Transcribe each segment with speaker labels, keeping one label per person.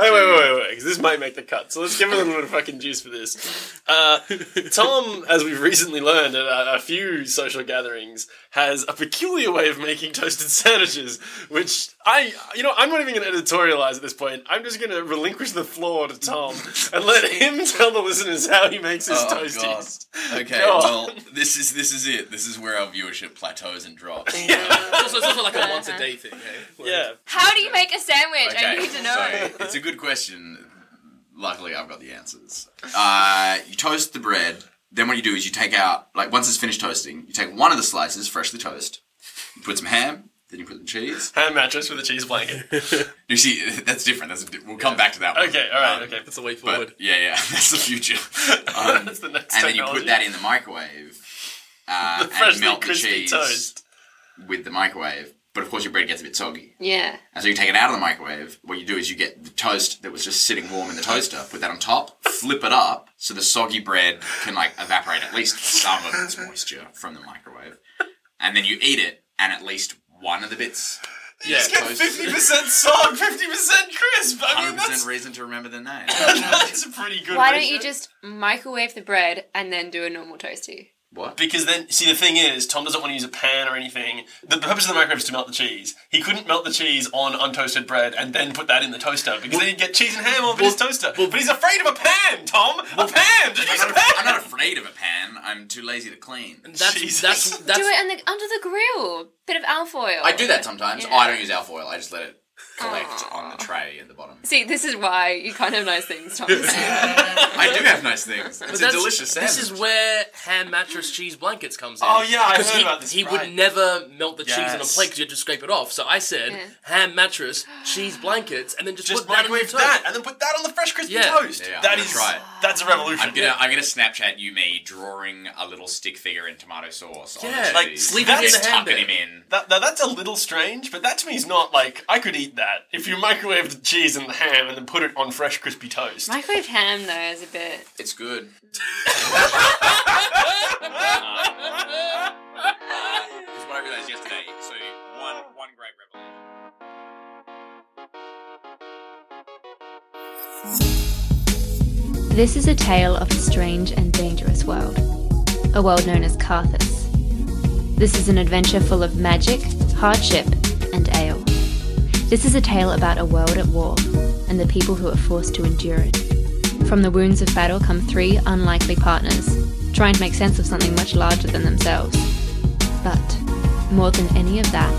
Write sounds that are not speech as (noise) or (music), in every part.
Speaker 1: Hey, wait, wait, wait, wait, because this might make the cut. So let's give her a little fucking juice for this.
Speaker 2: (laughs)
Speaker 1: Uh, Tom, as we've recently learned at a, a few social gatherings, has a peculiar way of making toasted sandwiches, which I, you know, I'm not even going to editorialize at this point. I'm just going to relinquish the floor to Tom and let him (laughs) tell the listeners how he makes his
Speaker 2: Oh,
Speaker 1: toasties. (laughs)
Speaker 2: God. Okay,
Speaker 1: Go on.
Speaker 2: well, this is this is it. This is where our viewership plateaus and drops.
Speaker 3: (laughs)
Speaker 4: It's also, it's also like
Speaker 3: Uh-huh.
Speaker 4: a once a day thing. Hey? Like,
Speaker 1: Yeah.
Speaker 3: How do you make a sandwich? I
Speaker 2: Okay,
Speaker 3: need to know.
Speaker 2: So it's a good question. Luckily, I've got the answers. Uh, you toast the bread. Then what you do is you take out like once it's finished toasting, you take one of the slices, freshly toast. You put some ham. Then you put some cheese.
Speaker 1: Hand mattress with a cheese
Speaker 2: (laughs)
Speaker 1: blanket.
Speaker 2: You see, (laughs) that's different. That's a, di- we'll come back to that. One.
Speaker 1: Okay, all right,
Speaker 2: Um,
Speaker 1: okay.
Speaker 4: That's the way forward.
Speaker 2: But yeah, yeah, (laughs) that's the future.
Speaker 1: (laughs)
Speaker 2: Um,
Speaker 1: That's the next
Speaker 2: and then you put
Speaker 1: technology.
Speaker 2: that in the microwave uh, and
Speaker 1: Freshly
Speaker 2: melt the
Speaker 1: crispy
Speaker 2: cheese
Speaker 1: toast.
Speaker 2: with the microwave. But of course, your bread gets a bit soggy.
Speaker 3: Yeah.
Speaker 2: And so you take it out of the microwave. What you do is you get the toast that was just sitting warm in the toaster, put that on top, flip it up so the soggy bread can like evaporate at least some of its moisture from the microwave. And then you eat it, and at least one of the bits,
Speaker 4: yeah.
Speaker 1: Just get
Speaker 2: toast.
Speaker 1: 50% sog, 50% crisp. I mean,
Speaker 2: 100%
Speaker 1: that's,
Speaker 2: reason to remember the
Speaker 4: (laughs)
Speaker 2: name. (laughs)
Speaker 1: that's a pretty good
Speaker 3: Why don't
Speaker 1: ratio.
Speaker 3: you just microwave the bread and then do a normal toasty?
Speaker 2: what?
Speaker 1: Because then, see, the thing is, Tom doesn't want to use a pan or anything. The the purpose of the microwave is to melt the cheese. He couldn't melt the cheese on untoasted bread and then put that in the toaster because then he'd get cheese and ham all over his toaster. but he's afraid of a pan, Tom. a pan. Just use a
Speaker 2: I'm not, I'm
Speaker 1: pan.
Speaker 2: not afraid of a pan. I'm too lazy to clean.
Speaker 4: And that's,
Speaker 1: Jesus.
Speaker 4: that's that's
Speaker 3: do it on the, under the grill. Bit of alfoil.
Speaker 2: I do that sometimes.
Speaker 3: Yeah.
Speaker 2: Oh, I don't use alfoil. I just let it collect on the tray at the bottom.
Speaker 3: See, this is why you can't have nice things, Thomas.
Speaker 2: I do have nice things. It's a
Speaker 4: that's-
Speaker 2: delicious sandwich.
Speaker 4: This is where ham mattress cheese blankets comes in.
Speaker 1: Oh, yeah, I
Speaker 4: 'Cause
Speaker 1: heard
Speaker 4: he,
Speaker 1: about this,
Speaker 4: He
Speaker 1: right.
Speaker 4: would never melt the cheese on a
Speaker 1: Yes.
Speaker 4: plate because you had to scrape it off. So I said
Speaker 3: Yeah.
Speaker 4: ham mattress cheese blankets, and then
Speaker 1: (laughs)
Speaker 4: just,
Speaker 1: Just
Speaker 4: put that in the
Speaker 1: microwave
Speaker 4: toast.
Speaker 1: that and then put that on the fresh crispy
Speaker 4: Yeah.
Speaker 1: toast.
Speaker 2: Yeah, I'm
Speaker 1: that
Speaker 2: gonna
Speaker 1: is
Speaker 2: try it.
Speaker 1: that's a revolution.
Speaker 2: I'm gonna I'm gonna Snapchat you me drawing a little stick figure in tomato sauce. on
Speaker 4: Yeah,
Speaker 2: the
Speaker 4: like
Speaker 2: cheese.
Speaker 4: sleeping
Speaker 1: in
Speaker 2: Just
Speaker 4: the hand
Speaker 2: tucking him
Speaker 4: there.
Speaker 2: in.
Speaker 1: That, now that's a little strange, but that to me is not like I could eat that if you microwave the cheese and the ham and then put it on fresh crispy toast.
Speaker 3: Microwave ham though is a bit.
Speaker 2: It's good. Because what I realized yesterday, so one one great revelation.
Speaker 5: This is a tale of a strange and dangerous world, a world known as Carthus. This is an adventure full of magic, hardship, and ale. This is a tale about a world at war and the people who are forced to endure it. From the wounds of battle come three unlikely partners, trying to make sense of something much larger than themselves. But, more than any of that,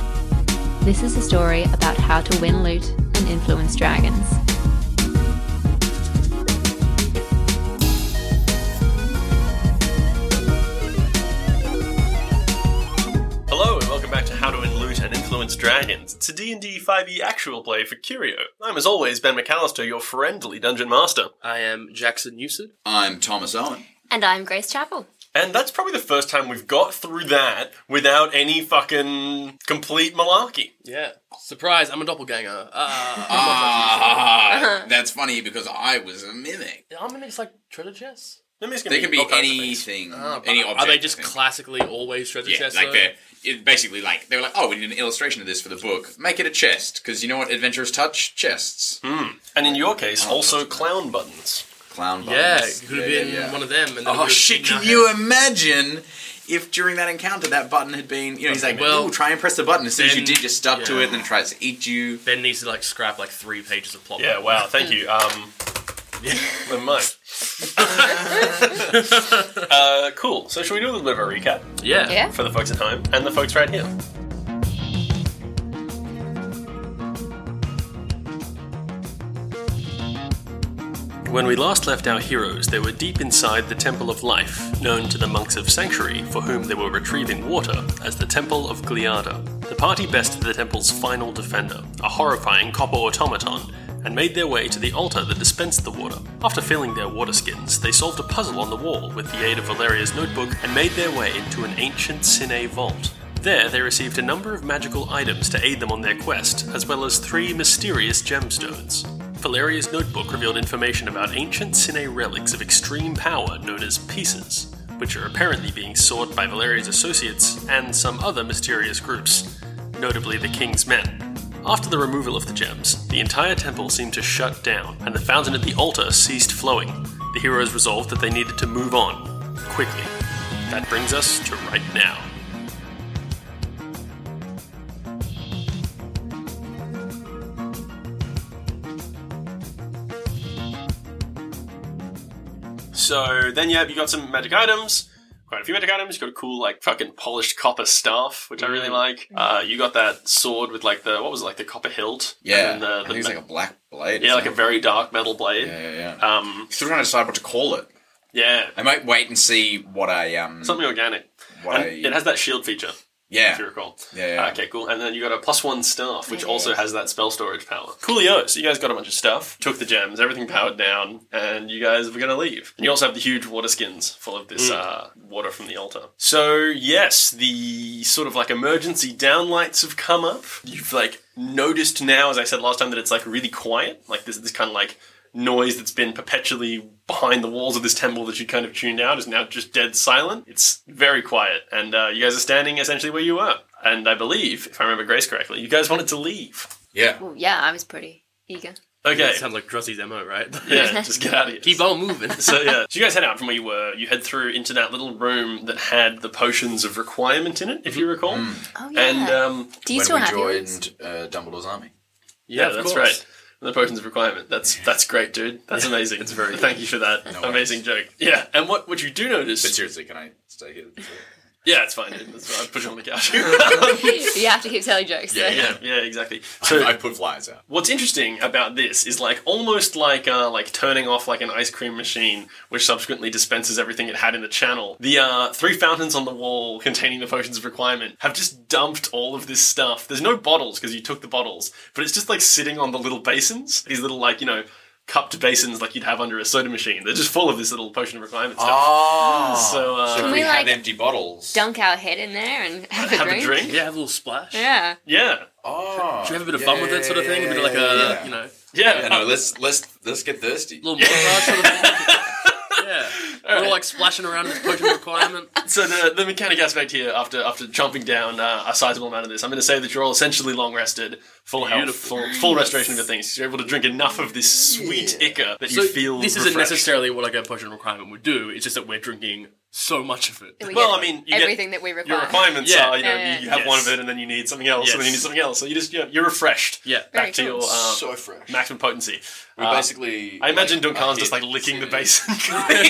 Speaker 5: this is a story about how to win loot and influence dragons.
Speaker 1: Hello and welcome back to How to Win Loot and Influence Dragons. It's a D&D 5e E actual play for Curio. I'm as always Ben McAllister, your friendly dungeon master.
Speaker 4: I am Jackson Newson.
Speaker 2: I'm Thomas Owen.
Speaker 3: And I'm Grace Chapel.
Speaker 1: And that's probably the first time we've got through that without any fucking complete malarkey.
Speaker 4: Yeah, surprise! I'm a doppelganger.
Speaker 1: (laughs)
Speaker 4: Uh, (laughs)
Speaker 2: Ah, that's funny because I was a mimic.
Speaker 4: I'm gonna just like treasure chests.
Speaker 1: There can
Speaker 2: They can be
Speaker 1: all kinds of things.
Speaker 2: anything,
Speaker 4: Oh, but
Speaker 2: any
Speaker 4: are
Speaker 2: object.
Speaker 4: they
Speaker 2: I
Speaker 4: just
Speaker 2: think.
Speaker 4: classically always treasure
Speaker 2: yeah,
Speaker 4: chests?
Speaker 2: like
Speaker 4: though?
Speaker 2: they're it basically like they were like, oh, we need an illustration of this for the book. Make it a chest because you know what adventurers touch chests.
Speaker 1: And in your case, also clown buttons.
Speaker 2: Clown
Speaker 4: Yeah,
Speaker 2: buttons.
Speaker 4: it could have been one of them. And then it
Speaker 2: Oh
Speaker 4: would've
Speaker 2: shit!
Speaker 4: been
Speaker 2: Can
Speaker 4: nothing.
Speaker 2: you imagine if during that encounter that button had been, you know, he's like,
Speaker 4: Well,
Speaker 2: well, try and press the button as soon as you
Speaker 4: then-
Speaker 2: did, just stuck to
Speaker 4: yeah.
Speaker 2: it and then tries to eat you.
Speaker 4: Ben needs to like scrap like three pages of plot.
Speaker 1: Yeah, wow, thank you. Um, never mind. uh, cool. So, shall we do a little bit of a recap
Speaker 4: Yeah.
Speaker 3: Yeah.
Speaker 1: for the folks at home and the folks right here? When we last left our heroes, they were deep inside the Temple of Life, known to the monks of Sanctuary, for whom they were retrieving water, as the Temple of Gliada. The party bested the temple's final defender, a horrifying copper automaton, and made their way to the altar that dispensed the water. After filling their water skins, they solved a puzzle on the wall with the aid of Valeria's notebook and made their way into an ancient Cine vault. There, they received a number of magical items to aid them on their quest, as well as three mysterious gemstones. Valeria's notebook revealed information about ancient Cine relics of extreme power known as pieces, which are apparently being sought by Valeria's associates and some other mysterious groups, notably the King's Men. After the removal of the gems, the entire temple seemed to shut down, and the fountain at the altar ceased flowing. The heroes resolved that they needed to move on quickly. That brings us to right now. So then, yeah, you got some magic items. Quite a few magic items. You got a cool, like, fucking polished copper staff, which I
Speaker 2: Mm.
Speaker 1: really like. Uh, you got that sword with, like, the, what was it, like, the copper hilt?
Speaker 2: Yeah,
Speaker 1: And then the,
Speaker 2: I
Speaker 1: the
Speaker 2: think it's
Speaker 1: me-
Speaker 2: like a black blade.
Speaker 1: yeah, like a
Speaker 2: isn't
Speaker 1: very dark metal blade.
Speaker 2: it? yeah, yeah, yeah.
Speaker 1: Um,
Speaker 2: Still trying to decide what to call it.
Speaker 1: yeah,
Speaker 2: I might wait and see what I um.
Speaker 1: something organic.
Speaker 2: What
Speaker 1: And
Speaker 2: I-
Speaker 1: it has that shield feature,
Speaker 2: yeah,
Speaker 1: if you recall.
Speaker 2: Yeah, yeah.
Speaker 1: Okay, cool. And then you got a plus one staff, which also has that spell storage power. Coolio. So you guys got a bunch of stuff, took the gems, everything powered down, and you guys were going to leave. And you also have the huge water skins full of
Speaker 2: Mm.
Speaker 1: this uh, water from the altar. So, yes, the sort of like emergency downlights have come up. You've like noticed now, as I said last time, that it's like really quiet. Like this, this kind of like noise that's been perpetually behind the walls of this temple that you kind of tuned out is now just dead silent. It's very quiet, and uh, you guys are standing essentially where you were. And I believe, if I remember Grace correctly, you guys wanted to leave.
Speaker 2: yeah.
Speaker 3: Well, yeah, I was pretty eager.
Speaker 1: Okay.
Speaker 4: That sounds like Drussy's MO, (laughs) right?
Speaker 1: Yeah, just get out of here.
Speaker 4: Keep on moving.
Speaker 1: So yeah, so you guys head out from where you were. You head through into that little room that had the potions of requirement in it, if you recall.
Speaker 3: Oh yeah.
Speaker 1: And um,
Speaker 3: Do you
Speaker 2: When
Speaker 3: still
Speaker 2: we
Speaker 3: have yours? (laughs)
Speaker 2: joined uh, Dumbledore's army.
Speaker 1: yeah,
Speaker 4: of
Speaker 1: that's
Speaker 4: course.
Speaker 1: right. The potions of requirement. That's that's great, dude. That's amazing. It's very. Thank you for that
Speaker 2: No
Speaker 1: amazing joke. Yeah, and what what you do notice?
Speaker 2: But seriously, can I stay (laughs) here?
Speaker 1: yeah, it's fine. Dude. That's fine. I'll put you on the couch. (laughs)
Speaker 3: (laughs) you have to keep telling jokes.
Speaker 2: Yeah,
Speaker 3: so-
Speaker 1: yeah, yeah, exactly. So
Speaker 2: I put flyers out.
Speaker 1: What's interesting about this is like almost like uh, like turning off like an ice cream machine, which subsequently dispenses everything it had in the channel. The uh, three fountains on the wall containing the potions of requirement have just dumped all of this stuff. There's no bottles because you took the bottles, but it's just like sitting on the little basins. These little like you know cupped basins like you'd have under a soda machine. They're just full of this little potion of requirement stuff.
Speaker 2: Oh,
Speaker 1: so uh,
Speaker 2: if
Speaker 3: Can
Speaker 2: we
Speaker 3: we,
Speaker 2: had
Speaker 3: like,
Speaker 2: empty bottles.
Speaker 3: Dunk our head in there and have,
Speaker 1: have a drink.
Speaker 4: yeah, have a little splash.
Speaker 3: Yeah.
Speaker 1: Yeah,
Speaker 2: Oh,
Speaker 4: Should we have a bit of
Speaker 2: yeah,
Speaker 4: fun with it, sort of
Speaker 2: yeah,
Speaker 4: thing? a bit
Speaker 2: yeah,
Speaker 4: of like
Speaker 2: yeah,
Speaker 4: a,
Speaker 2: yeah.
Speaker 4: you know,
Speaker 1: yeah.
Speaker 2: (laughs) Yeah, no, let's let's let's get thirsty. Um,
Speaker 4: little montage sort of (laughs) thing. Yeah. We're all like splashing around in this potion (laughs) requirement.
Speaker 1: So the, the mechanic aspect here, after after chomping down uh, a sizable amount of this, I'm going to say that you're all essentially long rested, full health,
Speaker 4: Beautiful.
Speaker 1: full, full restoration of your things. You're able to drink enough of this sweet ichor that you
Speaker 4: So
Speaker 1: feel.
Speaker 4: this
Speaker 1: refreshed.
Speaker 4: isn't necessarily what like a potion requirement would do. It's just that we're drinking so much of it.
Speaker 3: We
Speaker 1: Well,
Speaker 3: get
Speaker 1: I mean, you get-
Speaker 3: everything that we require.
Speaker 1: Your
Speaker 3: (laughs)
Speaker 1: requirements
Speaker 4: Yeah.
Speaker 1: are, you know,
Speaker 3: Yeah, yeah,
Speaker 1: you have
Speaker 4: yeah.
Speaker 1: one of
Speaker 4: Yes.
Speaker 1: it, and then you need something else, and then you
Speaker 4: Yes.
Speaker 1: need something else. So you just you're, you're refreshed.
Speaker 4: Yeah.
Speaker 1: back
Speaker 3: Very
Speaker 1: to
Speaker 3: cool.
Speaker 1: your uh,
Speaker 2: so fresh.
Speaker 1: maximum potency.
Speaker 2: we
Speaker 1: Uh,
Speaker 2: basically.
Speaker 1: I imagine
Speaker 2: like,
Speaker 1: Duncan's
Speaker 2: are
Speaker 1: just like
Speaker 2: here.
Speaker 1: licking the basin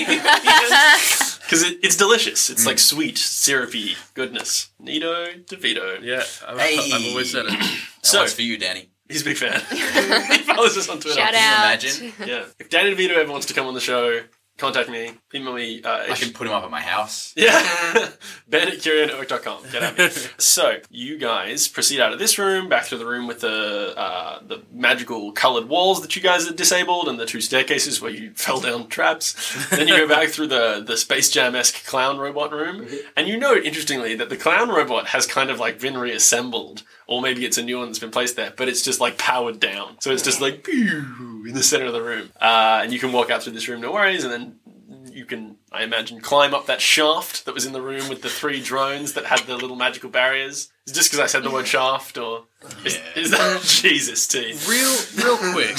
Speaker 3: (laughs)
Speaker 1: (laughs) because it, it's delicious. It's like
Speaker 4: Mm.
Speaker 1: sweet, syrupy goodness. Nito DeVito.
Speaker 4: Yeah. I've,
Speaker 2: Hey.
Speaker 4: I've always said it.
Speaker 2: That one's for you, Danny.
Speaker 1: He's a big fan. he (laughs) follows us on Twitter.
Speaker 3: Shout
Speaker 2: Can you
Speaker 3: out.
Speaker 2: imagine?
Speaker 1: Yeah. If Danny DeVito ever wants to come on the show, contact me. Email me. Uh,
Speaker 2: I can put him up at my house.
Speaker 1: (laughs) yeah. (laughs) ben at CurioNetwork.com. Get at me. so, you guys proceed out of this room, back to the room with the uh, the magical colored walls that you guys had disabled, and the two staircases where you (laughs) fell down traps. then you go back through the, the Space Jam esque clown robot room, and you note, interestingly, that the clown robot has kind of like been reassembled, or maybe it's a new one that's been placed there, but it's just like powered down. So, it's just like pew in the center of the room. Uh, and you can walk out through this room, no worries, and then you can, I imagine, climb up that shaft that was in the room with the three drones that had the little magical barriers. Is it just because I said the word shaft, or is,
Speaker 2: Yeah.
Speaker 1: is that (laughs) Jesus T?
Speaker 4: Real, real quick.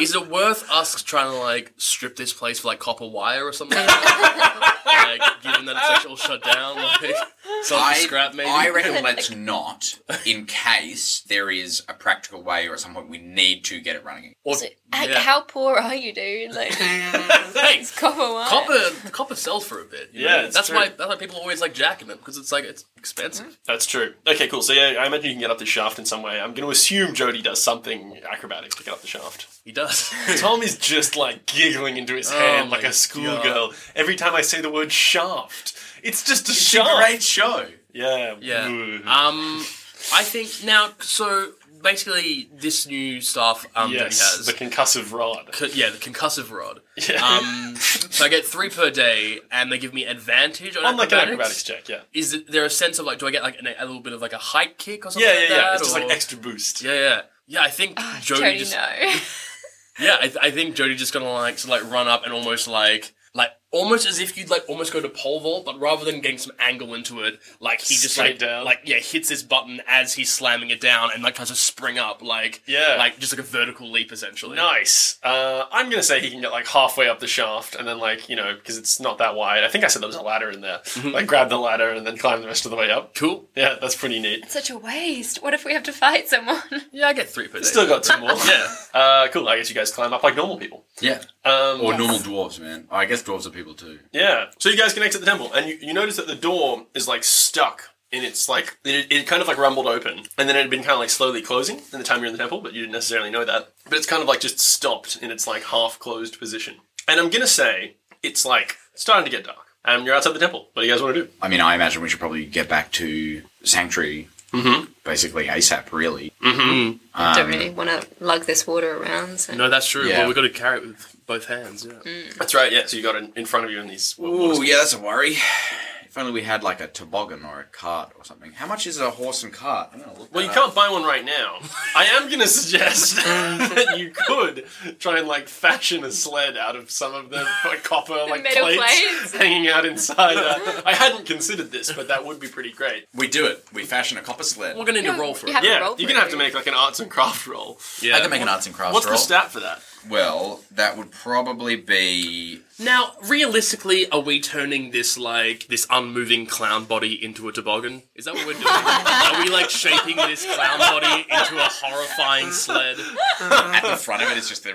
Speaker 4: Is it worth us trying to like strip this place for like copper wire or (laughs) something? like, given that it's like, all shut down, like sell it for
Speaker 2: I,
Speaker 4: scrap maybe.
Speaker 2: I
Speaker 1: (laughs)
Speaker 2: reckon let's not, in case there is a practical way or at some point we need to get it running.
Speaker 4: Or-
Speaker 3: So, like,
Speaker 4: yeah.
Speaker 3: How poor are you, dude? Like,
Speaker 1: Thanks.
Speaker 3: it's copper wire.
Speaker 4: Copper, copper sells for a bit. you
Speaker 1: Yeah,
Speaker 4: know?
Speaker 1: it's
Speaker 4: that's
Speaker 1: true.
Speaker 4: why that's why people always like jacking it because it's like it's
Speaker 1: (laughs)
Speaker 4: expensive.
Speaker 3: Mm-hmm.
Speaker 1: That's true. Okay, cool. So yeah, I imagine you can get up the shaft in some way. I'm going to assume Jody does something acrobatic to get up the shaft. (laughs)
Speaker 4: He does.
Speaker 1: Tom is just like giggling into his
Speaker 4: Oh
Speaker 1: hand
Speaker 4: my
Speaker 1: like a schoolgirl every time I say the word shaft. It's just a shaft.
Speaker 2: Great show.
Speaker 1: Yeah.
Speaker 4: Yeah.
Speaker 1: Ooh.
Speaker 4: um, I think now. So basically, this new stuff um,
Speaker 1: yes. The
Speaker 4: that he has.
Speaker 1: concussive rod.
Speaker 4: co- yeah, the concussive rod.
Speaker 1: Yeah.
Speaker 4: Um, so I get three per day, and they give me advantage on,
Speaker 1: On like an acrobatics
Speaker 4: acrobatics.
Speaker 1: check. Yeah.
Speaker 4: Is it- there a sense of like, do I get like an, a little bit of like a height kick or something?
Speaker 1: Yeah,
Speaker 4: like
Speaker 1: yeah,
Speaker 4: that,
Speaker 1: yeah. It's just like
Speaker 4: or-
Speaker 1: extra boost.
Speaker 4: Yeah, yeah, yeah. I think Jody,
Speaker 3: Ah, Jody,
Speaker 4: just
Speaker 3: no. (laughs)
Speaker 4: yeah. I, I think Jody just gonna like so like run up and almost like like almost as if you'd like almost go to pole vault, but rather than getting some angle into it, like he just
Speaker 1: Straight
Speaker 4: like
Speaker 1: down.
Speaker 4: like yeah hits this button as he's slamming it down and like tries to spring up like
Speaker 1: Yeah.
Speaker 4: like just like a vertical leap essentially.
Speaker 1: Nice. Uh, I'm gonna say he can get like halfway up the shaft, and then like you know because it's not that wide. I think I said there was a ladder in there. Like grab the ladder and then climb the rest of the way up.
Speaker 4: Cool.
Speaker 1: Yeah, that's pretty neat.
Speaker 3: Such a waste. What if we have to fight (laughs) someone?
Speaker 4: Yeah, I get three per day.
Speaker 1: Still got two more. (laughs) yeah. Uh, cool. I guess you guys climb up like normal people.
Speaker 2: Yeah.
Speaker 1: Um,
Speaker 2: Or normal dwarves, man. Oh, I guess dwarves are people too.
Speaker 1: Yeah. So you guys can exit the temple, and you, you notice that the door is like stuck. And it's like it, it kind of like rumbled open, and then it had been kind of like slowly closing in the time you're in the temple, but you didn't necessarily know that. But it's kind of like just stopped in its like half closed position. And I'm gonna say it's like starting to get dark, and you're outside the temple. What do you guys want to do?
Speaker 2: I mean, I imagine we should probably get back to Sanctuary,
Speaker 1: Mm-hmm.
Speaker 2: basically ASAP, really.
Speaker 1: Mm,
Speaker 3: I don't really want to lug this water around. So.
Speaker 4: No, that's true.
Speaker 2: Yeah.
Speaker 4: Well, we've got to carry it with both hands. Yeah.
Speaker 1: That's right. Yeah. So you got it in front of you in these.
Speaker 2: Ooh, yeah, that's a worry. (sighs) If only we had like a toboggan or a cart or something. How much is a horse and cart? I'm gonna look.
Speaker 1: Well, you
Speaker 2: that up.
Speaker 1: can't buy one right now. I am going to suggest (laughs) that you could try and like fashion a sled out of some of the like,
Speaker 3: (laughs)
Speaker 1: copper like
Speaker 3: metal
Speaker 1: plates,
Speaker 3: plates.
Speaker 1: hanging out inside.
Speaker 3: (laughs)
Speaker 1: Uh, I hadn't considered this, but that would be pretty great.
Speaker 2: We do it. We fashion a copper sled.
Speaker 4: We're gonna need to roll for
Speaker 3: you
Speaker 4: it.
Speaker 3: have to
Speaker 1: Yeah,
Speaker 3: roll
Speaker 1: you're gonna
Speaker 3: for it.
Speaker 1: have to make like an arts and craft roll.
Speaker 4: Yeah.
Speaker 2: I can make an arts and crafts
Speaker 1: What's the
Speaker 2: roll.
Speaker 1: stat for that?
Speaker 2: Well, that would probably be
Speaker 4: Now, realistically, are we turning this like this unmoving clown body into a toboggan? Is that what we're doing? are we like shaping this clown body into a horrifying sled?
Speaker 2: at the front of it is just the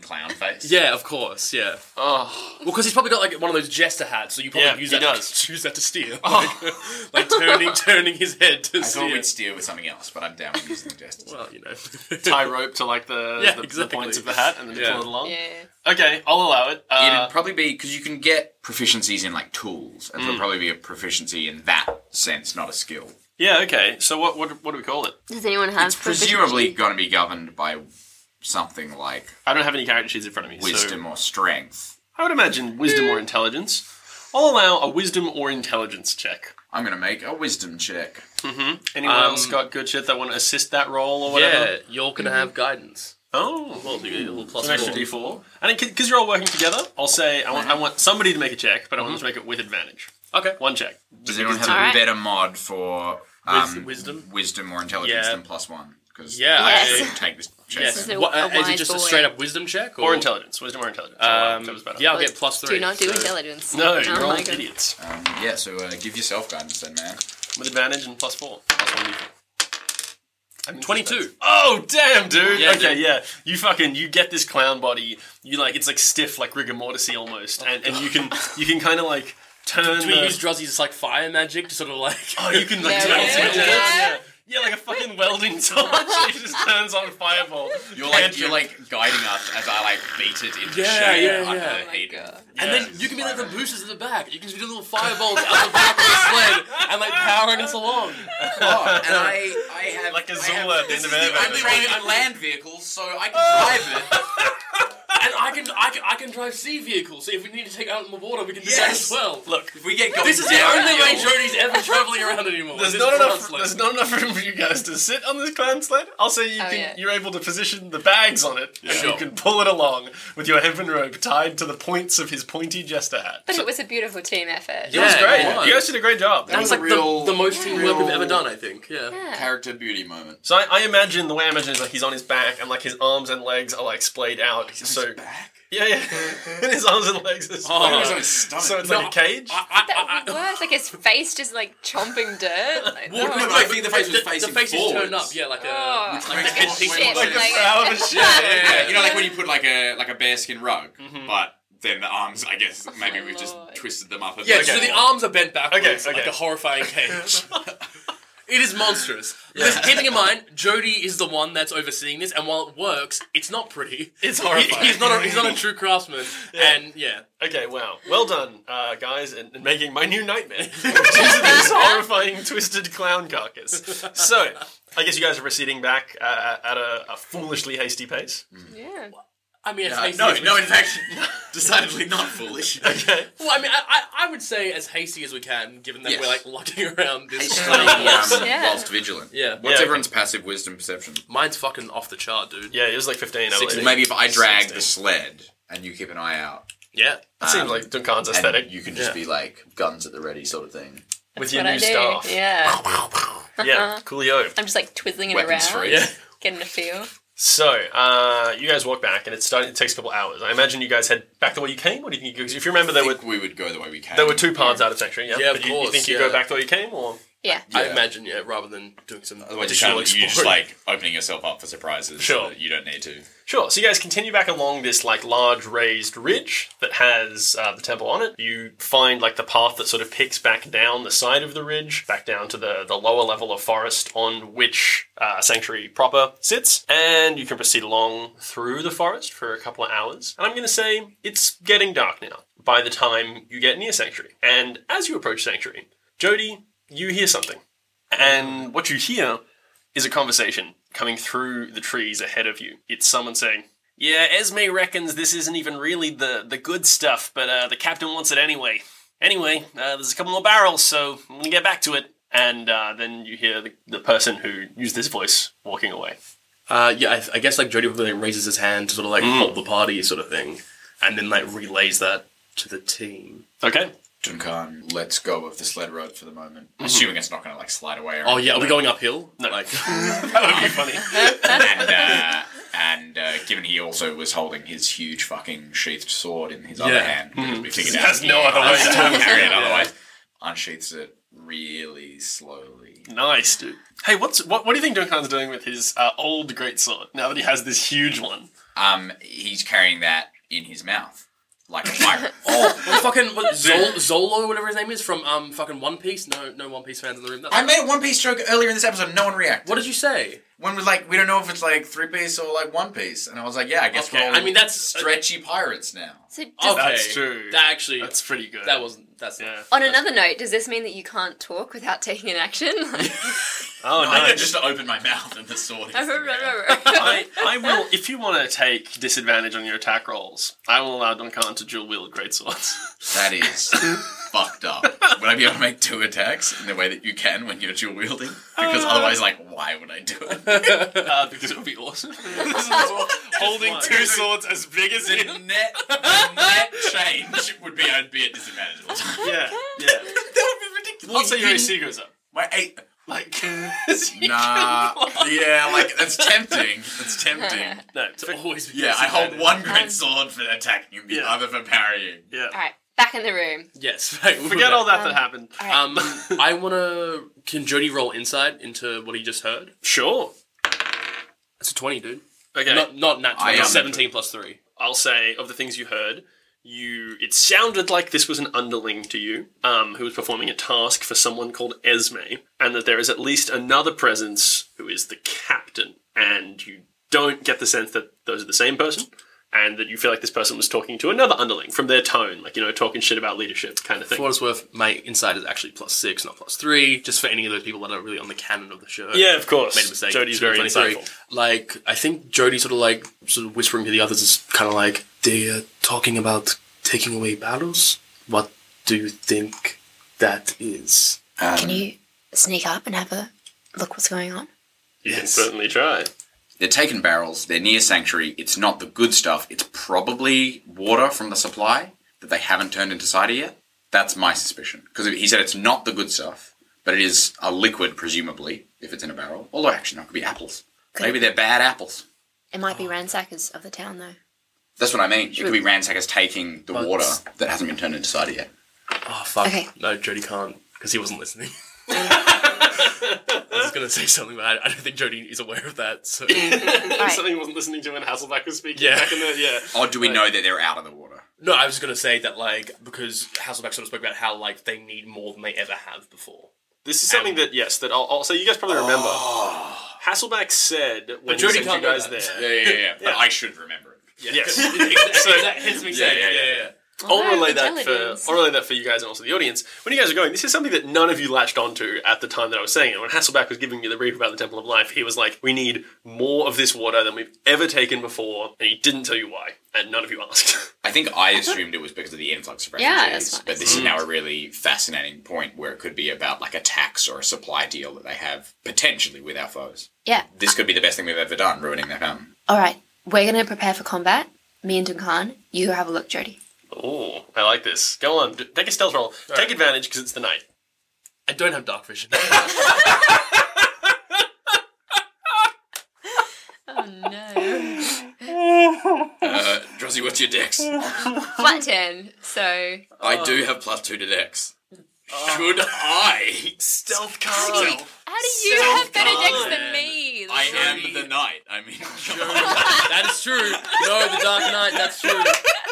Speaker 1: (laughs)
Speaker 2: clown face.
Speaker 4: Yeah, of course. Yeah.
Speaker 1: Oh,
Speaker 4: Well, because he's probably got like one of those jester hats, so you probably
Speaker 1: Yeah,
Speaker 4: use
Speaker 1: he
Speaker 4: that.
Speaker 1: does.
Speaker 4: To, use that to steer,
Speaker 1: Oh.
Speaker 4: (laughs) like, like turning turning his head to
Speaker 2: I thought
Speaker 4: steer.
Speaker 2: we'd steer with something else, but I'm down with using the justice.
Speaker 4: well, you know. (laughs)
Speaker 1: tie rope to like the,
Speaker 4: Yeah,
Speaker 1: the, the
Speaker 4: exactly.
Speaker 1: points of the hat and then
Speaker 4: Yeah.
Speaker 1: pull it along.
Speaker 3: Yeah.
Speaker 1: Okay, I'll allow it. Uh,
Speaker 2: It'd probably be because you can get proficiencies in like tools, and it'll
Speaker 1: Mm.
Speaker 2: probably be a proficiency in that sense, not a skill.
Speaker 1: yeah. Okay. So what, what what do we call it?
Speaker 3: Does anyone have
Speaker 2: It's presumably going to be governed by something like
Speaker 1: I don't have any character sheets in front of me. so-
Speaker 2: wisdom or strength.
Speaker 1: I would imagine wisdom or intelligence. I'll allow a wisdom or intelligence check.
Speaker 2: I'm going to make a wisdom check.
Speaker 1: Anyone
Speaker 4: Um,
Speaker 1: else got good shit that want to assist that roll or whatever?
Speaker 4: yeah, you're gonna have guidance.
Speaker 1: Oh, well,
Speaker 4: you get a little plus
Speaker 1: it's an extra
Speaker 4: four.
Speaker 1: d4. And because you're all working together, I'll say I want I want somebody to make a check, but I want them to make it with advantage.
Speaker 4: Mm-hmm. Okay.
Speaker 1: One check.
Speaker 2: Does anyone have
Speaker 3: Alright.
Speaker 2: a better mod for um,
Speaker 4: wisdom?
Speaker 2: wisdom or intelligence
Speaker 4: Yeah.
Speaker 2: than plus one? Because
Speaker 4: Yeah,
Speaker 2: I
Speaker 3: Yes.
Speaker 2: actually didn't take this check.
Speaker 4: Yes.
Speaker 3: is a-
Speaker 4: What-
Speaker 3: a
Speaker 4: uh, is it
Speaker 3: wise
Speaker 4: just a
Speaker 3: boy.
Speaker 4: straight up wisdom check
Speaker 1: Or intelligence. Wisdom or intelligence.
Speaker 4: Um,
Speaker 1: Comes better.
Speaker 4: yeah, I'll get plus three.
Speaker 3: Do not do
Speaker 4: so-
Speaker 3: intelligence.
Speaker 1: No,
Speaker 3: Oh
Speaker 1: you're all
Speaker 3: my God.
Speaker 1: idiots.
Speaker 2: Um, yeah, so uh, give yourself guidance then, man.
Speaker 1: With advantage and plus four. Plus one d4.
Speaker 4: I'm 22.
Speaker 1: Oh damn, dude!
Speaker 4: Yeah,
Speaker 1: okay,
Speaker 4: dude.
Speaker 1: yeah, you fucking you get this clown body. You like it's like stiff, like rigor mortisy almost, and, and you can
Speaker 4: (laughs)
Speaker 1: you can kind of like turn.
Speaker 4: Do we
Speaker 1: (laughs) the-
Speaker 4: use Druzzy's like fire magic to sort of like?
Speaker 1: Oh, (laughs) you can like
Speaker 3: Yeah,
Speaker 1: turn
Speaker 3: yeah,
Speaker 1: it
Speaker 3: yeah.
Speaker 1: down, yeah. (laughs) Yeah, like a fucking welding torch. (laughs) it just turns on fireball.
Speaker 2: You're like
Speaker 1: Cantrip.
Speaker 2: you're like guiding us as I like beat it into
Speaker 4: Yeah,
Speaker 2: shape.
Speaker 4: yeah,
Speaker 2: under
Speaker 4: yeah.
Speaker 2: the
Speaker 3: Oh my
Speaker 2: heat.
Speaker 3: God.
Speaker 4: And then you can be like the boosters at the back. You can just be doing little fireballs out the back of the sled and like powering us along.
Speaker 2: Oh, (laughs) and I, I have
Speaker 1: Like a
Speaker 2: I have-
Speaker 1: Zola at the
Speaker 2: this
Speaker 1: end of
Speaker 2: is
Speaker 1: Airman.
Speaker 2: only way I land vehicles, so I can drive it.
Speaker 4: And I can I can I can drive sea vehicles. So if we need to take out in the water, we can do that
Speaker 2: Yes.
Speaker 4: as well.
Speaker 1: Look,
Speaker 2: If we get going
Speaker 4: This is the
Speaker 2: downhill-
Speaker 4: only way Jody's ever traveling around anymore.
Speaker 1: there's
Speaker 4: This
Speaker 1: not
Speaker 4: clown
Speaker 1: enough.
Speaker 4: sled.
Speaker 1: There's not enough room for you guys to sit on this clown sled. I'll say you
Speaker 3: Oh,
Speaker 1: can.
Speaker 3: yeah.
Speaker 1: You're able to position the bags on it, and you
Speaker 4: Sure.
Speaker 1: can pull it along with your hempen rope tied to the points of his pointy jester hat.
Speaker 3: But it was a beautiful team effort.
Speaker 1: It was
Speaker 4: Yeah,
Speaker 1: great.
Speaker 4: it was.
Speaker 1: You guys did a great job.
Speaker 2: That
Speaker 4: It's
Speaker 2: was
Speaker 4: like
Speaker 2: a real-
Speaker 4: the, the most teamwork we've
Speaker 2: real-
Speaker 4: ever done. I think. Yeah.
Speaker 2: character beauty moment.
Speaker 1: So I, I imagine the way I imagine is like he's on his back and like his arms and legs are like splayed out. so
Speaker 2: Back.
Speaker 1: yeah, yeah, (laughs) and his arms and legs are
Speaker 2: It
Speaker 1: splayed
Speaker 2: was on
Speaker 1: out.
Speaker 2: his stomach.
Speaker 1: So it's
Speaker 4: Oh. No,
Speaker 1: like a cage.
Speaker 4: I, I,
Speaker 3: That
Speaker 4: I,
Speaker 3: would be worse. Like his face just like
Speaker 4: (laughs)
Speaker 3: chomping dirt. Like,
Speaker 4: Well,
Speaker 3: no.
Speaker 2: no, but I think the face was
Speaker 4: the
Speaker 2: facing
Speaker 4: face is
Speaker 2: forwards.
Speaker 4: turned up. Yeah, like a.
Speaker 3: Oh,
Speaker 4: uh, like
Speaker 2: the
Speaker 4: the head
Speaker 2: head
Speaker 4: piece
Speaker 2: shaped
Speaker 4: on
Speaker 2: like
Speaker 4: it.
Speaker 3: that.
Speaker 1: Proud as Oh, shit. Yeah,
Speaker 2: Yeah, you know, like when you put like a like a bearskin rug, but then the arms. I guess maybe
Speaker 3: my
Speaker 2: we've just
Speaker 3: lord.
Speaker 2: twisted them up. A
Speaker 4: Yeah,
Speaker 2: bit
Speaker 4: so
Speaker 2: more.
Speaker 4: the arms are bent backwards
Speaker 1: Okay, okay.
Speaker 4: like a
Speaker 2: (laughs)
Speaker 4: horrifying cage. it is monstrous. Listen, Keeping in mind, Jody is the one that's overseeing this, and while it works, it's not pretty. (laughs)
Speaker 1: It's
Speaker 4: He-
Speaker 1: horrifying.
Speaker 4: he's not a, he's not a true craftsman, and yeah,
Speaker 1: Okay, wow. Well done, uh, guys, and, and making my new
Speaker 6: (laughs)
Speaker 1: nightmare, (laughs) which is this horrifying twisted clown carcass. So, I guess you guys are receding back uh, at a, a foolishly hasty pace.
Speaker 3: Yeah.
Speaker 4: I mean, it's
Speaker 2: Uh,
Speaker 4: hasty
Speaker 2: no,
Speaker 4: as we-
Speaker 2: no, in fact, decidedly not foolish.
Speaker 1: Okay.
Speaker 4: Well, I mean, I, I, I would say as hasty as we can, given that
Speaker 2: Yes.
Speaker 4: we're like lugging around this.
Speaker 2: Um,
Speaker 3: Yeah.
Speaker 2: Whilst vigilant.
Speaker 4: Yeah.
Speaker 2: What's
Speaker 1: Yeah.
Speaker 2: everyone's passive wisdom perception?
Speaker 4: Mine's fucking off the chart, dude.
Speaker 1: Yeah, it was like 15. I believe.
Speaker 2: Maybe if I drag
Speaker 1: Sixteen.
Speaker 2: the sled and you keep an eye out.
Speaker 4: Yeah.
Speaker 1: That seems like Duncan's
Speaker 2: And
Speaker 1: aesthetic.
Speaker 2: you can just
Speaker 1: Yeah.
Speaker 2: be like guns at the ready sort of thing.
Speaker 1: with
Speaker 6: That's
Speaker 1: your
Speaker 6: what
Speaker 1: new
Speaker 6: I do.
Speaker 1: staff.
Speaker 6: Yeah.
Speaker 1: yeah, coolio.
Speaker 6: I'm just like twiddling it
Speaker 2: Weapons
Speaker 6: around,
Speaker 2: free.
Speaker 1: Yeah.
Speaker 6: getting a feel.
Speaker 1: So, uh, you guys walk back, and it's starting. It takes a couple hours. I imagine you guys head back the way you came. What do you think? you- 'cause If you remember,
Speaker 2: I
Speaker 1: there were
Speaker 2: think we would go the way we came.
Speaker 1: there were two paths out of sanctuary. Yeah,
Speaker 4: Yeah, of
Speaker 1: but you, you
Speaker 4: course,
Speaker 1: think you
Speaker 4: yeah.
Speaker 1: go back the way you came, or
Speaker 3: Yeah.
Speaker 4: I
Speaker 2: Yeah.
Speaker 4: imagine, yeah, rather than doing some
Speaker 2: Otherwise, you
Speaker 4: additional
Speaker 2: sound like you're just
Speaker 4: exploring.
Speaker 2: like opening yourself up for surprises.
Speaker 1: Sure.
Speaker 2: so that you don't need to.
Speaker 1: Sure. So you guys continue back along this like large raised ridge that has uh, the temple on it. You find like the path that sort of picks back down the side of the ridge, back down to the the lower level of forest on which uh, sanctuary proper sits, and you can proceed along through the forest for a couple of hours. And I'm going to say it's getting dark now. By the time you get near sanctuary, and as you approach sanctuary, Jody, you hear something, and what you hear is a conversation coming through the trees ahead of you. It's someone saying, "Yeah, Esme reckons this isn't even really the the good stuff, but uh, the captain wants it anyway. Anyway, uh, there's a couple more barrels, so I'm gonna get back to it." And uh, then you hear the, the person who used this voice walking away.
Speaker 4: Uh, yeah, I, I guess like Jody probably like, raises his hand to sort of like
Speaker 1: Mm.
Speaker 4: help the party sort of thing, and then like relays that to the team.
Speaker 1: Okay, (laughs)
Speaker 2: Duncan lets go of the sled rope for the moment, assuming it's not going to like slide away. Or
Speaker 4: Mm-hmm. Oh yeah, are we going uphill?
Speaker 1: No.
Speaker 4: Like,
Speaker 1: that would be funny.
Speaker 2: and
Speaker 4: (laughs)
Speaker 2: uh, and uh, given he also was holding his huge fucking sheathed sword in his other
Speaker 4: Yeah. Mm-hmm.
Speaker 2: hand, because we figured out
Speaker 1: There's no other way.
Speaker 2: to
Speaker 1: to-
Speaker 2: carry it otherwise, unsheaths it really slowly.
Speaker 1: nice, dude. Hey, what's what? What do you think Duncan's doing with his uh, old greatsword now that he has this huge one?
Speaker 2: Um, he's carrying that in his mouth like a
Speaker 4: (laughs)
Speaker 2: pirate.
Speaker 4: oh, well, fucking
Speaker 1: (laughs)
Speaker 4: what, Zol- Zolo, whatever his name is, from um fucking One Piece. No, no One Piece fans in the room. That's
Speaker 2: I made a One Piece joke earlier in this episode. No one reacted.
Speaker 4: What did you say?
Speaker 2: When was like, we don't know if it's like three piece or like one piece, and I was like, yeah, I guess
Speaker 4: Okay,
Speaker 2: we're all
Speaker 4: I mean, that's-
Speaker 2: stretchy pirates now.
Speaker 3: So does,
Speaker 4: Okay,
Speaker 1: Uh, That's true.
Speaker 4: That actually,
Speaker 1: That's pretty good.
Speaker 4: that wasn't. That's
Speaker 1: Yeah.
Speaker 3: on another note, does this mean that you can't talk without taking an action? Like, (laughs)
Speaker 1: (laughs) Oh,
Speaker 2: I did just to open my mouth and the sword. hits the
Speaker 1: (laughs)
Speaker 2: ground.
Speaker 1: I, I will, if you want to take disadvantage on your attack rolls, I will allow Duncan to dual wield greatswords.
Speaker 2: That is fucked up. Would I be able to make two attacks in the way that you can when you're dual wielding? Because otherwise, like, why would I do it?
Speaker 1: uh, because it would be awesome. (laughs) Holding
Speaker 4: (laughs)
Speaker 1: two swords as big as
Speaker 2: The net, the net change would be I'd be at disadvantage all the time.
Speaker 1: (laughs) Yeah, yeah.
Speaker 2: that
Speaker 1: (laughs)
Speaker 2: would be ridiculous.
Speaker 1: Also, your AC goes up.
Speaker 2: My eight.
Speaker 1: Like,
Speaker 2: Nah. Yeah, like that's tempting. That's tempting.
Speaker 1: no, it's
Speaker 4: always. be
Speaker 2: Yeah, I hold
Speaker 4: disadvantage.
Speaker 2: one great sword for attacking, the
Speaker 1: Yeah.
Speaker 2: other for parrying.
Speaker 1: Yeah.
Speaker 3: (laughs) all right, back in the room.
Speaker 4: Yes, (laughs) right, we'll
Speaker 1: Forget
Speaker 4: do
Speaker 1: all that that happened.
Speaker 3: All
Speaker 1: (laughs)
Speaker 3: right.
Speaker 4: Um, I want to. Can Jody roll insight into what he just heard?
Speaker 1: Sure.
Speaker 4: It's a twenty, dude.
Speaker 1: Okay.
Speaker 4: Not not
Speaker 2: I
Speaker 4: nat
Speaker 2: um,
Speaker 4: twenty.
Speaker 2: am-
Speaker 4: Seventeen plus three.
Speaker 1: I'll say of the things you heard, you it sounded like this was an underling to you, um, who was performing a task for someone called Esme, and that there is at least another presence who is the captain, and you don't get the sense that those are the same person, and that you feel like this person was talking to another underling from their tone, like you know, talking shit about leadership kind of thing.
Speaker 4: For (laughs) what it's worth, my insight is actually plus six, not plus three. Just for any of those people that are really on the canon of the show.
Speaker 1: yeah, of course.
Speaker 4: made a mistake.
Speaker 1: Jody's
Speaker 4: Should've
Speaker 1: very
Speaker 4: been 23.
Speaker 1: insightful.
Speaker 4: Like, I think Jody sort of like sort of whispering to the others is kind of like they are talking about taking away battles. What do you think that is?
Speaker 2: Um,
Speaker 6: you sneak up and have a look what's going on?
Speaker 1: You can
Speaker 4: Yes.
Speaker 1: certainly try.
Speaker 2: they're taking barrels. They're near sanctuary. It's not the good stuff. It's probably water from the supply that they haven't turned into cider yet. That's my suspicion because he said it's not the good stuff, but it is a liquid, presumably, if it's in a barrel. Although actually, no, it could be apples.
Speaker 6: Could-
Speaker 2: Maybe they're bad apples.
Speaker 6: It might be ransackers of the town, though.
Speaker 2: That's what I mean. It could be ransackers taking the
Speaker 4: But-
Speaker 2: water that hasn't been turned into cider yet.
Speaker 4: Oh fuck!
Speaker 6: Okay.
Speaker 4: No, Jody can't because he wasn't listening. (laughs) I was gonna say something, but I, I don't think Jody is aware of that.
Speaker 1: (laughs)
Speaker 4: So
Speaker 6: right.
Speaker 1: Something he wasn't listening to when Hasselback was speaking
Speaker 4: Yeah.
Speaker 1: back in the (laughs) yeah.
Speaker 2: Or Oh, do we know that they're out of the water?
Speaker 4: no, I was gonna say that like because Hasselback sort of spoke about how like they need more than they ever have before.
Speaker 1: This is something that yes, that I'll, I'll so you guys probably remember. Ah. Hasselback said when he
Speaker 4: Jody
Speaker 1: sent you
Speaker 4: can't
Speaker 1: guys
Speaker 4: know that.
Speaker 1: there.
Speaker 2: Yeah, yeah, yeah. But I should remember it.
Speaker 1: Yes. (laughs)
Speaker 4: exactly.
Speaker 1: So-
Speaker 4: that hits me
Speaker 2: Yeah,
Speaker 4: saying,
Speaker 2: yeah, yeah,
Speaker 1: I'll
Speaker 6: Wow,
Speaker 1: relay that
Speaker 6: intelligence.
Speaker 1: for I'll relay that for you guys and also the audience. When you guys are going, this is something that none of you latched onto at the time that I was saying it. When Hasselback was giving me the brief about the Temple of Life, he was like, "We need more of this water than we've ever taken before," and he didn't tell you why, and none of you asked. (laughs)
Speaker 2: I think I assumed it was because of the influx of refugees,
Speaker 3: Yeah, that's fine.
Speaker 2: but this is now a really fascinating point where it could be about like a tax or a supply deal that they have potentially with our foes.
Speaker 6: Yeah.
Speaker 2: This could be the best thing we've ever done,
Speaker 3: (laughs)
Speaker 2: ruining their home.
Speaker 6: All right. We're going to prepare for combat. Me and Duncan. You have a look, Jody.
Speaker 1: Ooh, I like this. Go on, d- take a stealth roll. take advantage because it's the night.
Speaker 4: I don't have dark vision. (laughs)
Speaker 6: Oh (laughs) no.
Speaker 7: Uh, Drozzy, what's your dex?
Speaker 4: Uh,
Speaker 3: Flat 10. So.
Speaker 2: Oh,
Speaker 7: I do have plus two to dex.
Speaker 4: uh,
Speaker 7: Should
Speaker 4: (laughs)
Speaker 7: I?
Speaker 4: stealth Carl.
Speaker 3: How do you have better decks than me?
Speaker 7: I am the knight. I
Speaker 2: (laughs)
Speaker 7: mean,
Speaker 4: that is true. No, the Dark Knight. That's true.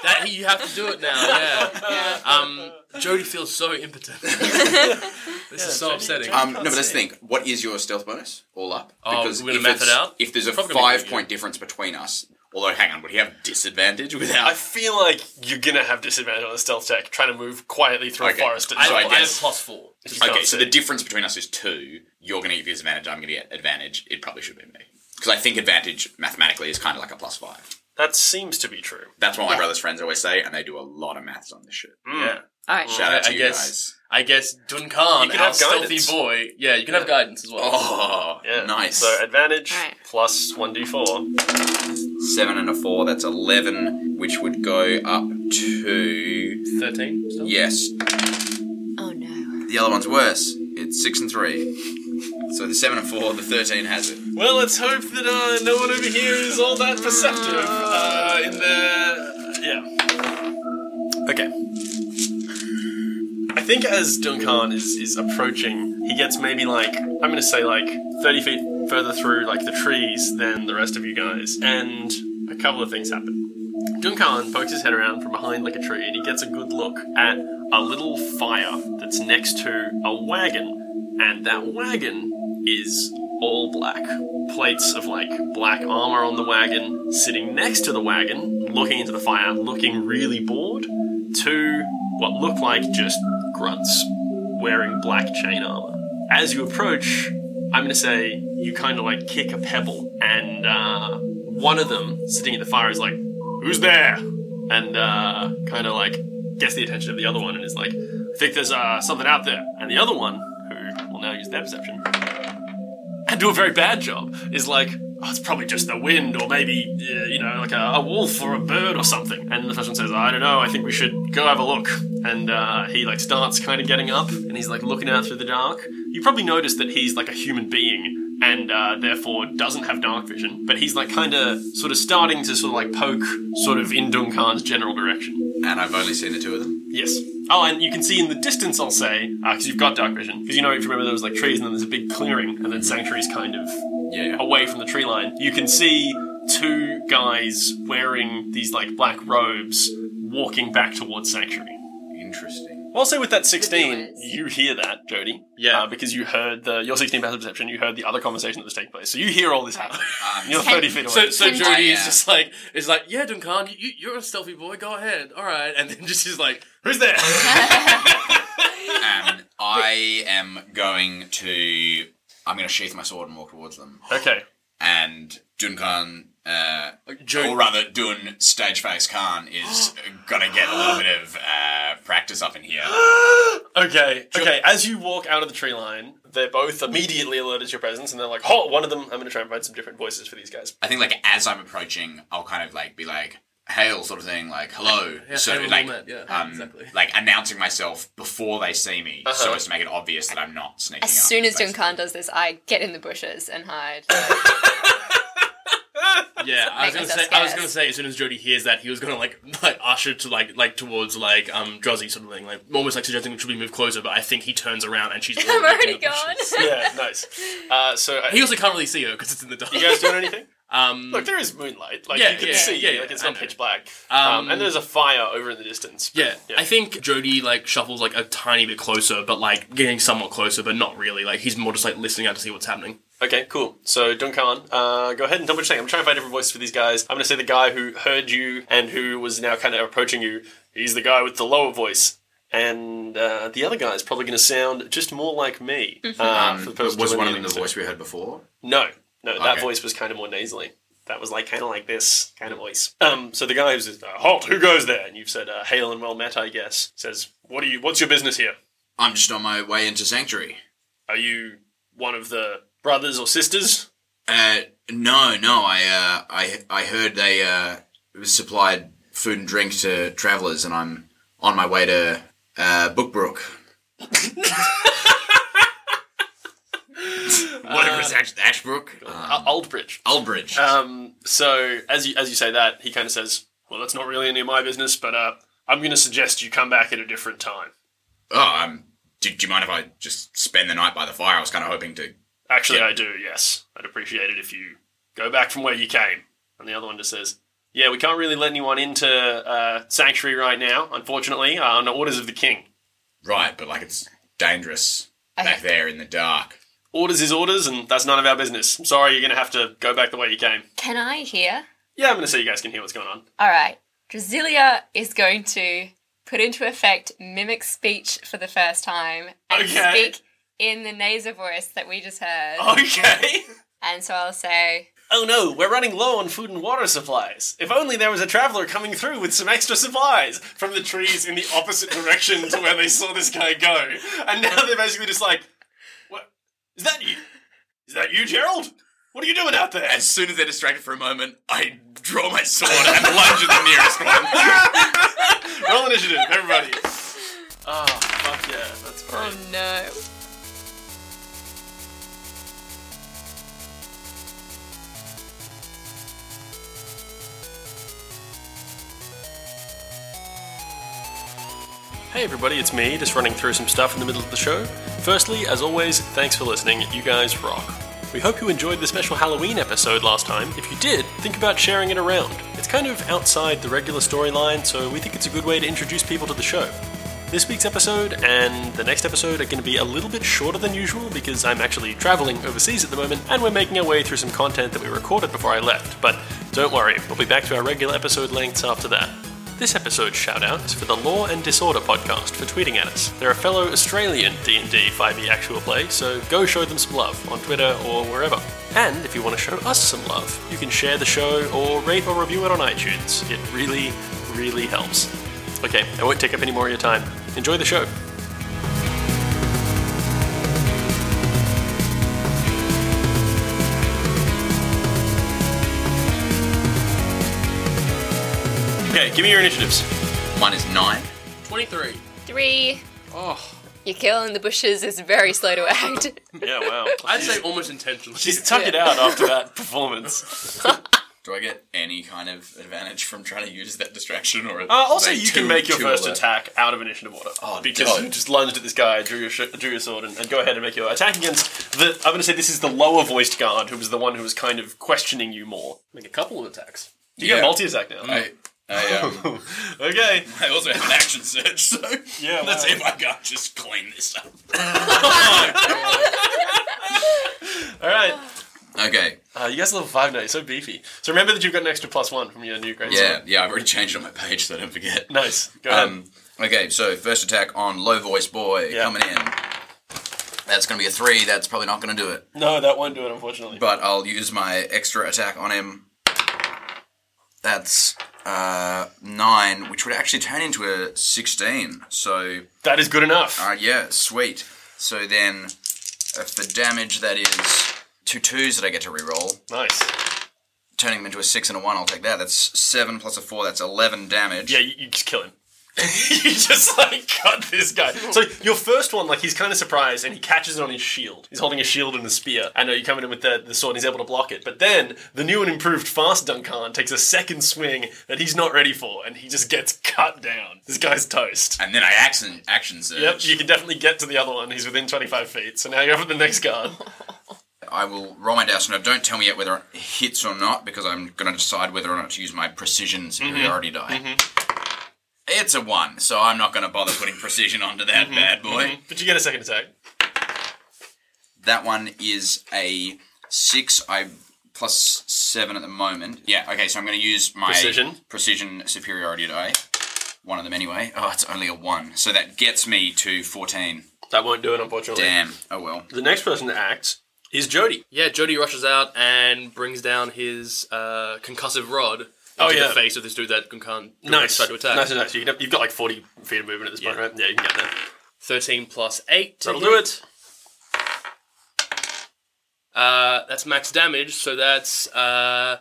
Speaker 4: That you have to do it now. Yeah. Um, Jody feels so impotent. this is so upsetting.
Speaker 2: Um, no, but let's think. What is your stealth bonus all up?
Speaker 4: Oh, we're gonna
Speaker 2: if
Speaker 4: map
Speaker 2: it's-
Speaker 4: it out?
Speaker 2: If there's a
Speaker 4: Probably gonna
Speaker 2: five
Speaker 4: be
Speaker 2: point difference between us, although hang on, would he have disadvantage
Speaker 1: I
Speaker 2: without?
Speaker 1: feel like you're gonna have disadvantage on a stealth check trying to move quietly through
Speaker 2: (laughs) Okay.
Speaker 1: a forest. At
Speaker 4: I,
Speaker 1: night.
Speaker 2: I
Speaker 4: I have
Speaker 2: guess-
Speaker 4: plus four.
Speaker 2: okay, so the difference between us is two. You're going to get disadvantage. I'm going to get advantage. It probably should be me because I think advantage mathematically is kind of like a plus five.
Speaker 1: that seems to be true.
Speaker 2: That's what my brother's friends always say, and they do a lot of maths on this shit.
Speaker 1: Yeah.
Speaker 6: All right.
Speaker 2: Shout out
Speaker 4: I
Speaker 2: to you
Speaker 4: guess-
Speaker 2: guys.
Speaker 4: I guess Duncan,
Speaker 1: You can
Speaker 4: our
Speaker 1: have
Speaker 4: stealthy
Speaker 1: guidance.
Speaker 4: boy. Yeah, you can have guidance as well.
Speaker 2: Oh,
Speaker 1: Yeah.
Speaker 2: nice.
Speaker 1: So advantage
Speaker 6: Alright.
Speaker 1: plus one d four.
Speaker 2: Seven and a four. That's eleven, which would go up to
Speaker 4: (laughs) Thirteen. stealth?
Speaker 2: yes,
Speaker 6: Oh no.
Speaker 2: The other one's worse. It's six and three. So the seven and four, the thirteen has it.
Speaker 1: Well, let's hope that uh, no one over here is all that perceptive uh, in the yeah. Okay. I think as Duncan is is approaching, he gets maybe like I'm going to say like 30 feet further through like the trees than the rest of you guys, and a couple of things happen. Duncan pokes his head around from behind like a tree, and he gets a good look at a little fire that's next to a wagon, and that wagon is all black. Plates of like black armor on the wagon, sitting next to the wagon, looking into the fire, looking really bored. Two what look like just grunts wearing black chain armor. As you approach, I'm going to say you kind of like kick a pebble, and uh, one of them sitting at the fire is like, Who's there? And uh, kind of like gets the attention of the other one and is like, I think there's uh, something out there. And the other one, who will now use their perception, and do a very bad job is like oh, it's probably just the wind or maybe uh, you know like a, a wolf or a bird or something and the first one says i don't know i think we should go have a look and uh, he like starts kind of getting up and he's like looking out through the dark you probably notice that he's like a human being and uh, therefore doesn't have dark vision but he's like kind of sort of starting to sort of like poke sort of in duncan's general direction
Speaker 2: And I've only seen the two of them.
Speaker 1: Yes. Oh, and you can see in the distance, I'll say, because you've got dark vision. Because you know, if you remember, there was like trees, and then there's a big clearing, and then sanctuary's kind of
Speaker 2: Yeah.
Speaker 1: away from the tree line. You can see two guys wearing these like black robes walking back towards sanctuary.
Speaker 2: Interesting.
Speaker 1: Also, with that sixteen,
Speaker 3: viewers.
Speaker 1: you hear that, Jody.
Speaker 4: Yeah.
Speaker 1: uh, because you heard the your sixteen passive perception. You heard the other conversation that was taking place, so you hear all this happening. (laughs)
Speaker 2: Um,
Speaker 1: You're
Speaker 3: Ten-
Speaker 1: thirty feet away.
Speaker 4: So, so Jody
Speaker 2: Ah, yeah.
Speaker 4: is just like is like yeah, Duncan, you, you're a stealthy boy. Go ahead, all right. And then (laughs) just is like, who's there?
Speaker 2: um, I am going to. I'm going to sheath my sword and walk towards them.
Speaker 1: okay.
Speaker 2: And Duncan, uh,
Speaker 4: Jody,
Speaker 2: or rather, Dun Stageface Khan is going to get a little bit of uh, practice up in here.
Speaker 1: Okay, okay. As you walk out of the tree line, they're both immediately alerted to your presence, and they're like, "Oh, one of them." I'm going to try and find some different voices for these guys.
Speaker 2: I think like as I'm approaching, I'll kind of like be like hail sort of thing, like hello.
Speaker 4: Yeah,
Speaker 2: so
Speaker 4: hail and
Speaker 2: like
Speaker 4: all that, yeah,
Speaker 2: um,
Speaker 4: exactly.
Speaker 2: like announcing myself before they see me, so
Speaker 1: Uh-huh.
Speaker 2: as to make it obvious that I'm not sneaking.
Speaker 3: As
Speaker 2: up,
Speaker 3: soon as
Speaker 2: basically.
Speaker 3: Duncan does this, I get in the bushes and hide.
Speaker 4: yeah. I was gonna
Speaker 3: Make
Speaker 4: say,
Speaker 3: myself
Speaker 4: I was
Speaker 3: scarce.
Speaker 4: gonna say, as soon as Jody hears that, he was gonna like like usher to like like towards like um Drozzy sort of thing, like almost like suggesting should we move closer. But I think he turns around and she's.
Speaker 6: (laughs)
Speaker 3: (laughs) I'm
Speaker 4: already
Speaker 3: already
Speaker 4: in the bushes.
Speaker 3: gone.
Speaker 1: yeah, nice. Uh, so uh,
Speaker 4: He also can't really see her because it's in the dark.
Speaker 1: you guys doing anything? (laughs)
Speaker 4: um,
Speaker 1: Look, there is moonlight. Like
Speaker 4: Yeah,
Speaker 1: you can
Speaker 4: yeah,
Speaker 1: see.
Speaker 4: yeah, yeah,
Speaker 1: like it's
Speaker 4: I
Speaker 1: not
Speaker 4: know.
Speaker 1: pitch black. Um,
Speaker 4: Um,
Speaker 1: and there's a fire over in the distance.
Speaker 4: (laughs) Yeah, I think Jody like shuffles like a tiny bit closer, but like getting somewhat closer, but not really. Like he's more just like listening out to see what's happening.
Speaker 1: Okay, cool. So Duncan, uh, go ahead and tell me what you think. I'm trying to find different voices for these guys. I'm going to say the guy who heard you and who was now kind of approaching you. He's the guy with the lower voice. And uh, the other guy is probably going to sound just more like me. Uh, for the purpose
Speaker 2: Um, was
Speaker 1: of
Speaker 2: one of
Speaker 1: delineating
Speaker 2: them the
Speaker 1: this.
Speaker 2: voice we heard before?
Speaker 1: No, no, that
Speaker 2: Okay.
Speaker 1: voice was kind of more nasally. That was like kind of like this kind of voice. Um, so the guy who's uh, halt, who goes there? And you've said uh, hail and well met, I guess. Says, what are you? What's your business here?
Speaker 2: I'm just on my way into sanctuary.
Speaker 1: Are you one of the brothers or sisters?
Speaker 2: Uh, no, no, I uh, I I heard they uh, supplied food and drink to travelers, and I'm on my way to uh, (laughs) Bookbrook. Whatever it's actually Ashbrook, Um,
Speaker 1: Uh, Aldbridge.
Speaker 2: Ullbridge.
Speaker 1: Um, so as you as you say that, he kind of says, "Well, that's not really any of my business, but uh, I'm going to suggest you come back at a different time."
Speaker 2: oh, um, do, do you mind if I just spend the night by the fire? I was kind of hoping to.
Speaker 1: Actually, I do. Yes, I'd appreciate it if you go back from where you came. And the other one just says, "Yeah, we can't really let anyone into uh, sanctuary right now, unfortunately, uh, under orders of the king.
Speaker 2: Right, but like it's dangerous back
Speaker 6: Okay.
Speaker 2: there in the dark.
Speaker 1: Orders is orders, and that's none of our business. I'm sorry, you're going to have to go back the way you came."
Speaker 6: Can I hear?
Speaker 1: Yeah, I'm going to say you guys can hear what's going on.
Speaker 6: All right. Drasilia is going to put into effect mimic speech for the first time and
Speaker 1: Okay. Oh.
Speaker 6: speak in the nasal voice that we just heard.
Speaker 1: Okay.
Speaker 6: And so I'll say,
Speaker 1: Oh no, we're running low on food and water supplies. If only there was a traveler coming through with some extra supplies from the trees in the opposite direction to where they saw this guy go. And now they're basically just like, What? Is that you? Is that you, Gerald? What are you doing out there?
Speaker 2: As soon as they're distracted for a moment, I draw my sword and lunge at the nearest one.
Speaker 1: Roll initiative, (laughs) everybody. Oh, fuck yeah, that's
Speaker 6: "Oh
Speaker 1: great.
Speaker 6: no."
Speaker 1: Hey everybody, it's me, just running through some stuff in the middle of the show. Firstly, as always, thanks for listening. You guys rock. We hope you enjoyed the special Halloween episode last time. If you did, think about sharing it around. It's kind of outside the regular storyline, so we think it's a good way to introduce people to the show. This week's episode and the next episode are going to be a little bit shorter than usual because I'm actually traveling overseas at the moment and we're making our way through some content that we recorded before I left. But don't worry, we'll be back to our regular episode lengths after that. This episode's shout-out is for the Law and Disorder podcast for tweeting at us. They're a fellow Australian D&D 5e E actual play, so go show them some love on Twitter or wherever. And if you want to show us some love, you can share the show or rate or review it on iTunes. It really, really helps. Okay, I won't take up any more of your time. Enjoy the show. Okay, give me your initiatives.
Speaker 2: Mine is nine.
Speaker 4: 23.
Speaker 3: Three.
Speaker 4: Oh,
Speaker 3: Your kill in the bushes is very slow to act.
Speaker 1: (laughs) Yeah, wow.
Speaker 4: I'd say almost intentionally.
Speaker 1: She's tuck it out after (laughs) that performance.
Speaker 2: Do I get any kind of advantage from trying to use that distraction, or
Speaker 1: Uh, also,
Speaker 2: are they
Speaker 1: you can
Speaker 2: too-
Speaker 1: make your
Speaker 2: too
Speaker 1: first
Speaker 2: alert?
Speaker 1: attack out of initiative order
Speaker 2: Oh,
Speaker 1: because
Speaker 2: God.
Speaker 1: you just lunged at this guy, drew your sh- drew your sword, and, and go ahead and make your attack against the. I'm going to say this is the lower voiced guard who was the one who was kind of questioning you more.
Speaker 4: Make a couple of attacks.
Speaker 1: You
Speaker 2: Yeah.
Speaker 1: get multi attack now.
Speaker 2: I, I, um, (laughs)
Speaker 1: Okay.
Speaker 2: I also have an action search, so (laughs)
Speaker 1: Yeah,
Speaker 2: let's
Speaker 1: wow.
Speaker 2: see if I can just clean this up.
Speaker 1: All right.
Speaker 2: Okay,
Speaker 1: Uh, you guys are level five now. You're so beefy. So remember that you've got an extra plus one from your new grade.
Speaker 2: yeah,
Speaker 1: sword.
Speaker 2: yeah, I've already changed it on my page, so don't forget.
Speaker 1: Nice. Go ahead.
Speaker 2: Um, okay, so first attack on low voice boy
Speaker 1: Yeah.
Speaker 2: coming in. That's going to be a three. That's probably not going to do it.
Speaker 1: No, Oh, that won't do it. Unfortunately.
Speaker 2: but I'll use my extra attack on him. That's uh, nine, which would actually turn into a sixteen. So
Speaker 1: that is good enough.
Speaker 2: uh, yeah, sweet. So then, uh, for damage, that is two twos that I get to reroll,
Speaker 1: Nice.
Speaker 2: turning them into a six and a one. I'll take that. That's seven plus a four. That's eleven damage.
Speaker 1: Yeah, you, you just kill him. (laughs) you just like cut this guy. So your first one, like he's kind of surprised and he catches it on his shield. He's holding a shield and a spear. I know you come in with the, the sword and he's able to block it. But then the new and improved fast Duncan takes a second swing that he's not ready for and he just gets cut down. This guy's toast.
Speaker 2: And then I action action surge.
Speaker 1: Yep, you can definitely get to the other one. He's within 25 feet. So now you're up at the (laughs) next guard.
Speaker 2: I will roll my dice. Now, don't tell me yet whether it hits or not, because I'm going to decide whether or not to use my precision
Speaker 1: Mm-hmm.
Speaker 2: superiority die. It's a one, so I'm not going to bother putting precision onto that
Speaker 1: Mm-hmm.
Speaker 2: bad boy.
Speaker 1: But you get a second attack.
Speaker 2: That one is a six. I plus seven at the moment. Yeah. Okay, so I'm going to use my
Speaker 1: Precision.
Speaker 2: precision superiority die. One of them anyway. Oh, it's only a one, so that gets me to fourteen.
Speaker 1: That won't do it, unfortunately.
Speaker 2: Damn. Oh well.
Speaker 1: The next person to act is Jody.
Speaker 4: Yeah, Jody rushes out and brings down his uh, concussive rod into
Speaker 1: Oh, yeah.
Speaker 4: the face of this dude that can can't
Speaker 1: Nice.
Speaker 4: try to attack.
Speaker 1: Nice, nice. You can, you've got like 40 feet of movement at this point,
Speaker 4: Yeah.
Speaker 1: right? Yeah, you can get that.
Speaker 4: 13 plus 8. to
Speaker 1: That'll
Speaker 4: hit.
Speaker 1: do it.
Speaker 4: Uh, that's max damage, so that's uh,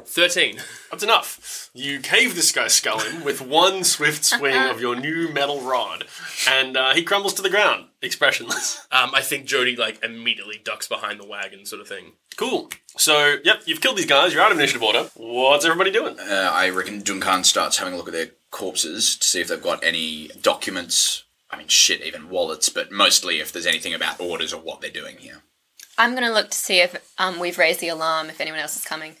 Speaker 4: Thirteen. (laughs)
Speaker 1: That's enough. You cave this guy's skull in with one swift swing of your new metal rod, and uh, he crumbles to the ground, expressionless.
Speaker 4: Um, I think Jody like immediately ducks behind the wagon, sort of thing.
Speaker 1: Cool. So, yep, you've killed these guys. You're out of initiative order. What's everybody doing?
Speaker 2: Uh, I reckon Duncan starts having a look at their corpses to see if they've got any documents. I mean, shit, even wallets, but mostly if there's anything about orders or what they're doing here.
Speaker 6: (laughs) I'm going to look to see if um, we've raised the alarm, if anyone else is coming.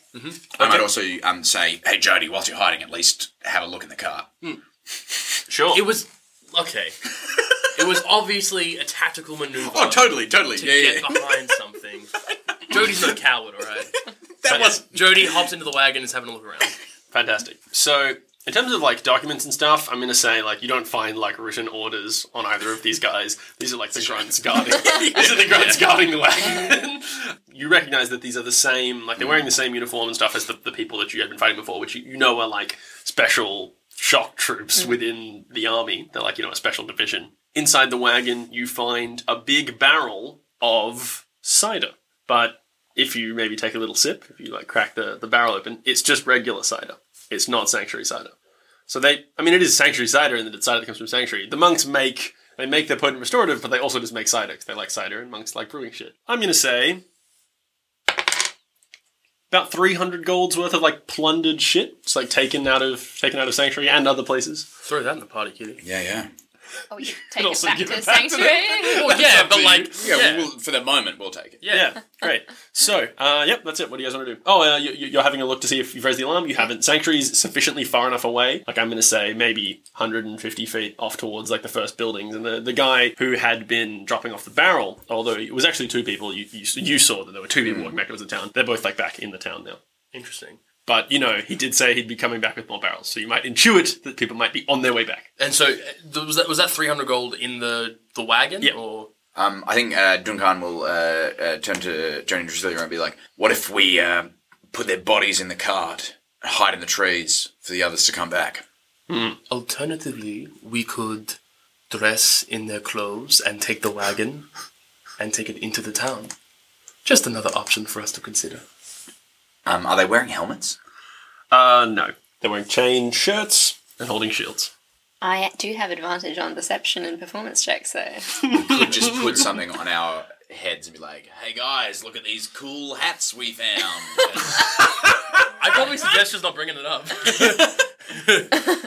Speaker 2: I might also um, say, hey, Jody, whilst you're hiding, at least have a look in the car.
Speaker 1: Sure.
Speaker 4: It was okay. it was obviously a tactical maneuver
Speaker 2: Oh, totally, totally.
Speaker 4: to
Speaker 2: Yeah,
Speaker 4: get
Speaker 2: yeah.
Speaker 4: behind something. Jody's no coward, all right.
Speaker 2: That was
Speaker 4: Jody hops into the wagon and is having a look around.
Speaker 1: Fantastic. So, in terms of like documents and stuff, I'm gonna say like you don't find like written orders on either of these guys. These are like the grunts guarding. these are the grunts guarding the wagon. you recognize that these are the same. Like they're wearing the same uniform and stuff as the, the people that you had been fighting before, which you, you know are like special shock troops within the army. They're like you know a special division. Inside the wagon, you find a big barrel of cider, but if you maybe take a little sip, if you like crack the, the barrel open, it's just regular cider. It's not sanctuary cider. So they, I mean, it is sanctuary cider in that it's cider that comes from sanctuary. The monks make, they make their potent restorative, but they also just make cider 'cause they like cider and monks like brewing shit. I'm going to say about 300 golds worth of like plundered shit. It's like taken out of, taken out of sanctuary and other places.
Speaker 4: Throw that in the party, kitty.
Speaker 2: Yeah, yeah.
Speaker 6: Oh,
Speaker 1: (laughs)
Speaker 6: you take it
Speaker 1: also
Speaker 6: back to
Speaker 1: give
Speaker 6: the
Speaker 1: it back to (laughs)
Speaker 6: sanctuary.
Speaker 4: Well, yeah, but like,
Speaker 2: Yeah, We'll, for the moment, we'll take it.
Speaker 4: yeah.
Speaker 1: Yeah, great. So, uh, yep, that's it. What do you guys want to do? Oh, uh, you, you- you're having a look to see if you've raised the alarm. You haven't. Sanctuary's sufficiently far enough away. Like, I'm going to say maybe 150 feet off towards, like, the first buildings. And the, the guy who had been dropping off the barrel, although it was actually two people, you, you, you saw that there were two people walking back towards the town. They're both, like, back in the town now.
Speaker 4: Interesting.
Speaker 1: But, you know, he did say he'd be coming back with more barrels. So you might intuit that people might be on their way back.
Speaker 4: And so uh, th- was that was that three hundred gold in the the wagon?
Speaker 1: Yeah.
Speaker 4: Or
Speaker 2: Um, I think uh, Duncan will uh, uh, turn to Johnny and Drusilla and be like, what if we uh, put their bodies in the cart and hide in the trees for the others to come back?
Speaker 4: alternatively, we could dress in their clothes and take the wagon and take it into the town. Just another option for us to consider.
Speaker 2: Um, are they wearing helmets?
Speaker 1: Uh, no. They're wearing chain shirts and holding shields.
Speaker 3: I do have advantage on deception and performance checks, though.
Speaker 2: Could just put something on our heads and be like, hey guys, look at these cool hats we found.
Speaker 4: I probably suggest just not bringing it up.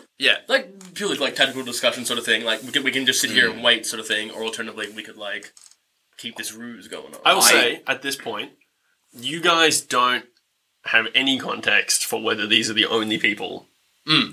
Speaker 4: (laughs) yeah, like purely like tactical discussion sort of thing. Like we can we can just sit
Speaker 1: Mm.
Speaker 4: here and wait sort of thing, or alternatively we could like keep this ruse going on.
Speaker 1: I will say at this point, you guys don't have any context for whether these are the only people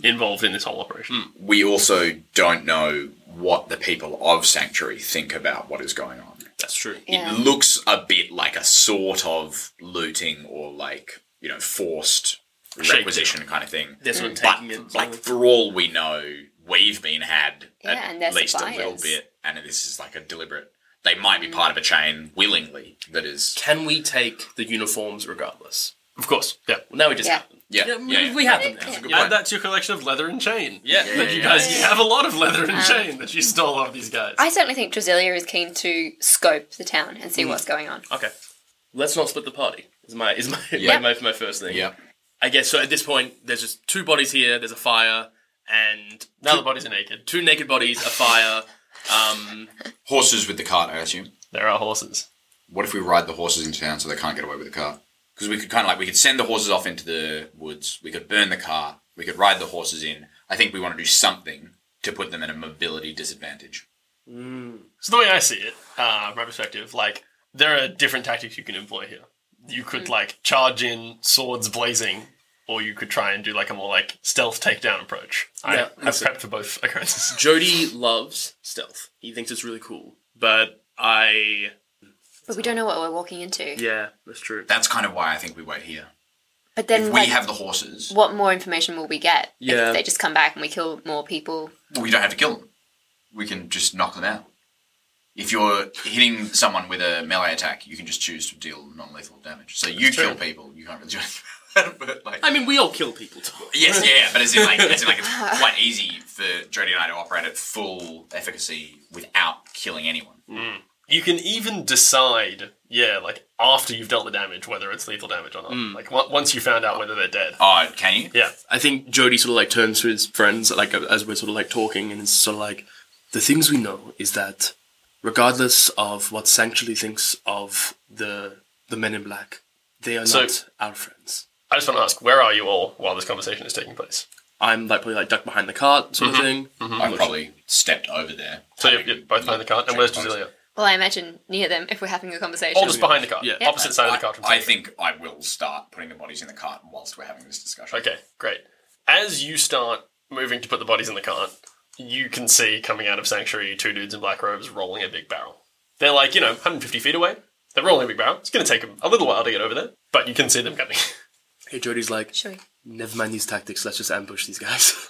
Speaker 1: involved in this whole operation.
Speaker 2: (laughs) we also don't know what the people of Sanctuary think about what is going on.
Speaker 4: that's true.
Speaker 3: Yeah.
Speaker 2: It looks a bit like a sort of looting or like, you know, forced requisition kind of thing.
Speaker 4: They're sort of
Speaker 3: Mm.
Speaker 2: But
Speaker 4: taking it.
Speaker 2: like for all we know, we've been had
Speaker 3: Yeah, and they're
Speaker 2: at least a little
Speaker 3: suppliers. Mm.
Speaker 2: bit. And this is like a deliberate they might be part of a chain willingly that is
Speaker 4: can we take the uniforms regardless?
Speaker 1: Of course, yeah.
Speaker 4: Well, now we just
Speaker 3: Yeah.
Speaker 4: have them.
Speaker 2: Yeah,
Speaker 4: we,
Speaker 2: yeah, yeah.
Speaker 4: we have them now.
Speaker 2: Good
Speaker 1: Add
Speaker 2: point.
Speaker 1: that to your collection of leather and chain.
Speaker 4: Yeah,
Speaker 1: Like, you guys, you have a lot of leather and chain that you stole off these guys.
Speaker 3: I certainly think Drasilia is keen to scope the town and see what's going on.
Speaker 4: Okay, let's not split the party. Is my is my
Speaker 2: Yeah.
Speaker 4: my, my, my first thing.
Speaker 2: Yeah.
Speaker 4: I guess so. At this point, there's just two bodies here. There's a fire, and
Speaker 1: now the bodies are naked.
Speaker 4: two naked bodies, a fire. Um,
Speaker 2: Horses with the cart, I assume.
Speaker 1: There are horses.
Speaker 2: What if we ride the horses into town so they can't get away with the car? Because we could kind of like we could send the horses off into the woods. We could burn the car. We could ride the horses in. I think we want to do something to put them at a mobility disadvantage.
Speaker 1: So the way I see it, uh, from my perspective, like there are different tactics you can employ here. You could like charge in, swords blazing, or you could try and do like a more like stealth takedown approach. I,
Speaker 4: Yeah,
Speaker 1: I've (laughs) prepped for both occurrences.
Speaker 4: Jody loves stealth. He thinks it's really cool. But
Speaker 1: (laughs)
Speaker 4: I,
Speaker 3: But we don't know what we're walking into.
Speaker 4: yeah, that's true.
Speaker 2: That's kind of why I think we wait here.
Speaker 3: But then,
Speaker 2: If we
Speaker 3: like,
Speaker 2: have the horses,
Speaker 3: what more information will we get?
Speaker 4: Yeah.
Speaker 3: If they just come back and we kill more people.
Speaker 2: we don't have to kill them. We can just knock them out. If you're hitting someone with a melee attack, you can just choose to deal non-lethal damage. So you kill people. You can't really do anything. but like,
Speaker 4: I mean, we all kill people. Tom.
Speaker 2: Yes, yeah, yeah, but as in like, as in like, it's quite easy for Jody and I to operate at full efficacy without killing anyone.
Speaker 1: You can even decide, yeah, like after you've dealt the damage, whether it's lethal damage or not. Like on- once you found out whether they're dead.
Speaker 2: Oh, can you?
Speaker 1: Yeah.
Speaker 4: I think Jody sort of like turns to his friends like uh, as we're sort of like talking and is sort of like the things we know is that regardless of what Sanctuary thinks of the the men in black, they are
Speaker 1: So-
Speaker 4: not our friends.
Speaker 1: I just want to ask, where are you all while this conversation is taking place?
Speaker 4: I'm like probably like ducked behind the cart sort
Speaker 1: Mm-hmm.
Speaker 4: of thing.
Speaker 2: I probably stepped over there.
Speaker 1: So you're, you're both behind the cart, and where's Jazilia?
Speaker 3: Well, I imagine near them if we're having a conversation.
Speaker 1: All just behind the cart,
Speaker 4: Yeah.
Speaker 1: opposite side of the cart. From
Speaker 2: I, I
Speaker 1: Sanctuary.
Speaker 2: think I will start putting the bodies in the cart whilst we're having this discussion.
Speaker 1: Okay, great. As you start moving to put the bodies in the cart, you can see coming out of Sanctuary two dudes in black robes rolling a big barrel. They're like, you know, 150 feet away. They're rolling a big barrel. It's going to take them a little while to get over there, but you can see them coming.
Speaker 4: Hey Jody's like,
Speaker 3: Sure.
Speaker 4: never mind these tactics, let's just ambush these guys.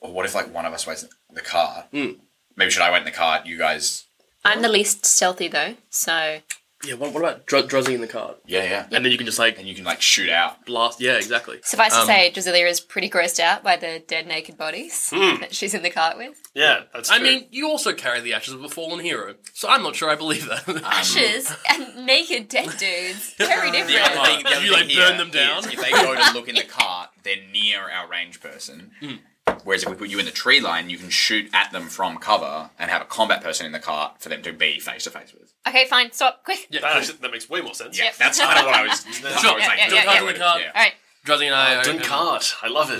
Speaker 2: Or what if like one of us went in the cart? Maybe should I went in the cart? You guys?
Speaker 3: I'm the least stealthy though, so
Speaker 4: yeah, what, what about dro- drozzy in the cart?
Speaker 2: Yeah, yeah.
Speaker 4: And then you can just like
Speaker 2: And you can like shoot out.
Speaker 4: blast yeah, exactly.
Speaker 3: suffice to say, Drasilia is pretty grossed out by the dead naked bodies that she's in the cart with.
Speaker 1: (laughs) yeah, that's
Speaker 4: I
Speaker 1: true.
Speaker 4: mean, you also carry the ashes of a fallen hero, so I'm not sure I believe that.
Speaker 1: Ah.
Speaker 4: (laughs)
Speaker 3: Ashes and naked dead dudes. Very different.
Speaker 2: The other thing, the
Speaker 4: You,
Speaker 2: other
Speaker 4: like,
Speaker 2: thing
Speaker 4: burn
Speaker 2: here
Speaker 4: them down?
Speaker 2: is If they go to look in the cart, they're near our range person.
Speaker 4: Hmm.
Speaker 2: Whereas if we put you in the tree line, you can shoot at them from cover and have a combat person in the cart for them to be face to face with.
Speaker 3: Okay, fine. Stop. Quick.
Speaker 1: that, actually, that makes way more sense.
Speaker 2: Yeah,
Speaker 3: Yep.
Speaker 2: that's kind of what I
Speaker 3: (laughs)
Speaker 2: was. that's what I was
Speaker 3: Yeah,
Speaker 2: like,
Speaker 3: yeah,
Speaker 2: don't
Speaker 3: yeah,
Speaker 2: go
Speaker 4: yeah.
Speaker 2: to it,
Speaker 4: Cart.
Speaker 2: yeah.
Speaker 3: All right.
Speaker 4: Drozzy and
Speaker 1: Ah,
Speaker 4: I are-
Speaker 1: Dunkard, I love it.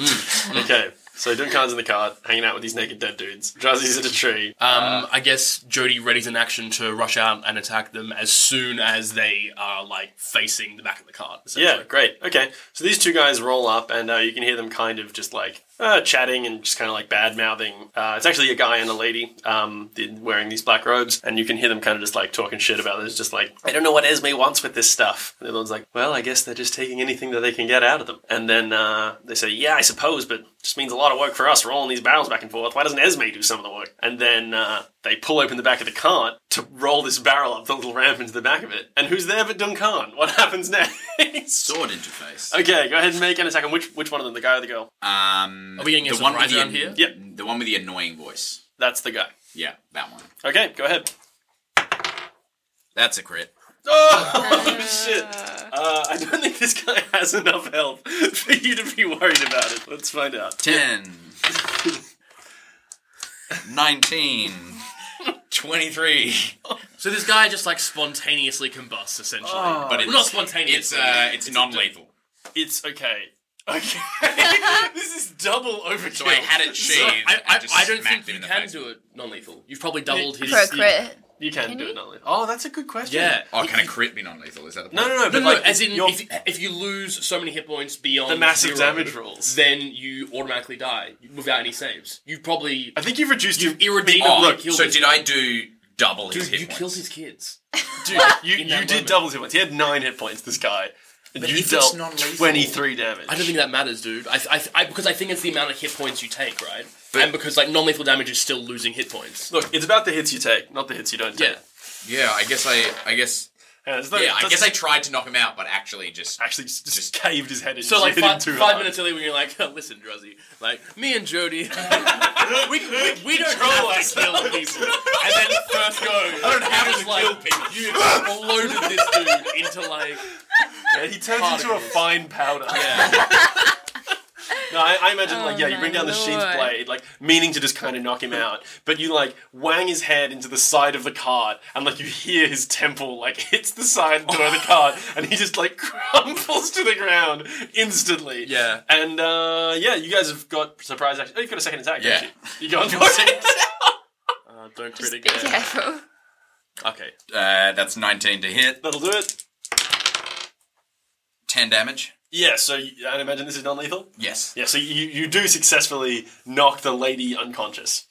Speaker 1: (laughs)
Speaker 4: Mm.
Speaker 1: okay, so Dunkard's in the cart, hanging out with these naked dead dudes. Drazi's in a tree.
Speaker 4: Um, I guess Jody readies an action to rush out and attack them as soon as they are like facing the back of the cart.
Speaker 1: Yeah,
Speaker 4: essentially. (laughs)
Speaker 1: great. Okay, so these two guys roll up, and uh, you can hear them kind of just like uh, chatting and just kind of like bad mouthing. Uh, it's actually a guy and a lady um, the- wearing these black robes, and you can hear them kind of just like talking shit about this. Just like, I don't know what Esme wants with this stuff. And the other one's like, Well, I guess they're just taking anything that they can get out of them. And then uh, they say, Yeah, I suppose, but just means a lot of work for us rolling these barrels back and forth. Why doesn't Esme do some of the work? And then uh, they pull open the back of the cart to roll this barrel up the little ramp into the back of it. And who's there but Duncan? What happens (laughs) next?
Speaker 2: Sword interface.
Speaker 1: Okay, go ahead and make an attack on which which one of them, the guy or the girl?
Speaker 2: Um,
Speaker 4: Are we getting a
Speaker 2: the one with
Speaker 4: surprise
Speaker 2: the
Speaker 4: round
Speaker 2: an-
Speaker 4: here?
Speaker 1: Yep.
Speaker 2: The one with the annoying voice.
Speaker 1: That's the guy.
Speaker 2: Yeah, that one.
Speaker 1: Okay, go ahead. (laughs)
Speaker 2: That's a crit.
Speaker 1: Oh shit! Uh, I don't think this guy (laughs) has enough health for you to be worried about it. Let's find out.
Speaker 2: 10, (laughs) 19, (laughs) 23.
Speaker 4: So this guy just like spontaneously combusts essentially,
Speaker 2: Oh.
Speaker 4: but it's not
Speaker 2: It's,
Speaker 4: spontaneous.
Speaker 2: uh, it's non lethal.
Speaker 1: It's okay. Okay, this is double overkill.
Speaker 2: So I had it
Speaker 4: So
Speaker 2: shaved.
Speaker 4: I, I,
Speaker 2: and just
Speaker 4: I don't
Speaker 2: smacked
Speaker 4: think
Speaker 2: him
Speaker 4: you
Speaker 2: in the
Speaker 4: can
Speaker 2: face.
Speaker 4: do it non-lethal. You've probably doubled his.
Speaker 3: For a crit.
Speaker 1: You can, do it, not Oh, that's a good question.
Speaker 4: Yeah.
Speaker 2: Oh, can a crit be non lethal? Is that the
Speaker 1: No, no, no.
Speaker 4: No,
Speaker 1: But
Speaker 4: no,
Speaker 1: like,
Speaker 4: as in,
Speaker 1: your-
Speaker 4: if, if you lose so many hit points beyond
Speaker 1: The massive
Speaker 4: zero,
Speaker 1: damage rules.
Speaker 4: then you automatically die without any saves. You probably
Speaker 1: I think you've reduced your
Speaker 4: irredeemable.
Speaker 2: Oh,
Speaker 4: Look,
Speaker 2: so did I do double his
Speaker 4: Dude,
Speaker 2: hit
Speaker 4: you
Speaker 2: points?
Speaker 4: killed his kids. (laughs)
Speaker 1: Dude, you,
Speaker 4: in
Speaker 1: you
Speaker 4: that
Speaker 1: did
Speaker 4: moment.
Speaker 1: double his hit points. He had nine hit points. This guy. And you
Speaker 2: if it's
Speaker 1: dealt
Speaker 2: non-lethal-
Speaker 1: twenty-three damage.
Speaker 4: I don't think that matters, dude. I, I, I because I think it's the amount of hit points you take, right? and because like non-lethal damage is still losing hit points.
Speaker 1: Look, it's about the hits you take, not the hits you don't take.
Speaker 4: Yeah.
Speaker 2: Yeah, I guess I. I guess.
Speaker 1: Yeah, it's not-
Speaker 2: Yeah, I
Speaker 1: that's-
Speaker 2: guess I tried to knock him out, but actually just.
Speaker 1: actually s- just, caved his head in. (laughs)
Speaker 4: So like
Speaker 1: hit
Speaker 4: five,
Speaker 1: him too
Speaker 4: five
Speaker 1: hard.
Speaker 4: minutes earlier, when you're like, (laughs) "Oh, "Listen, Druzzy, like me and Jody, (laughs) we, we, we don't have to kill people." And then first go, I don't
Speaker 2: have to
Speaker 4: like,
Speaker 2: kill people.
Speaker 4: You exploded this dude into like,
Speaker 1: Yeah, he turns into a
Speaker 4: Particles.
Speaker 1: fine powder.
Speaker 4: yeah.
Speaker 1: (laughs) No, I, I imagine like yeah, you
Speaker 3: my
Speaker 1: bring down the sheath
Speaker 3: lord.
Speaker 1: blade, like meaning to just kind of knock him out, but you like wang his head into the side of the cart, and like you hear his temple like (laughs) hits the side door
Speaker 4: (laughs)
Speaker 1: of the cart, and he just like (laughs) crumbles to the ground instantly.
Speaker 4: Yeah.
Speaker 1: And uh, yeah, you guys have got surprise action. Oh, you've got a second attack.
Speaker 2: Yeah.
Speaker 1: haven't you?
Speaker 4: (laughs)
Speaker 1: you got a second. (laughs)
Speaker 4: Uh, don't crit
Speaker 3: Be
Speaker 4: again.
Speaker 3: careful.
Speaker 4: Okay.
Speaker 2: Uh, that's 19 to hit,
Speaker 1: That'll do it.
Speaker 2: 10 damage.
Speaker 1: Yeah. So you, I imagine this is non-lethal.
Speaker 2: Yes.
Speaker 1: Yeah, so you, you do successfully knock the lady unconscious.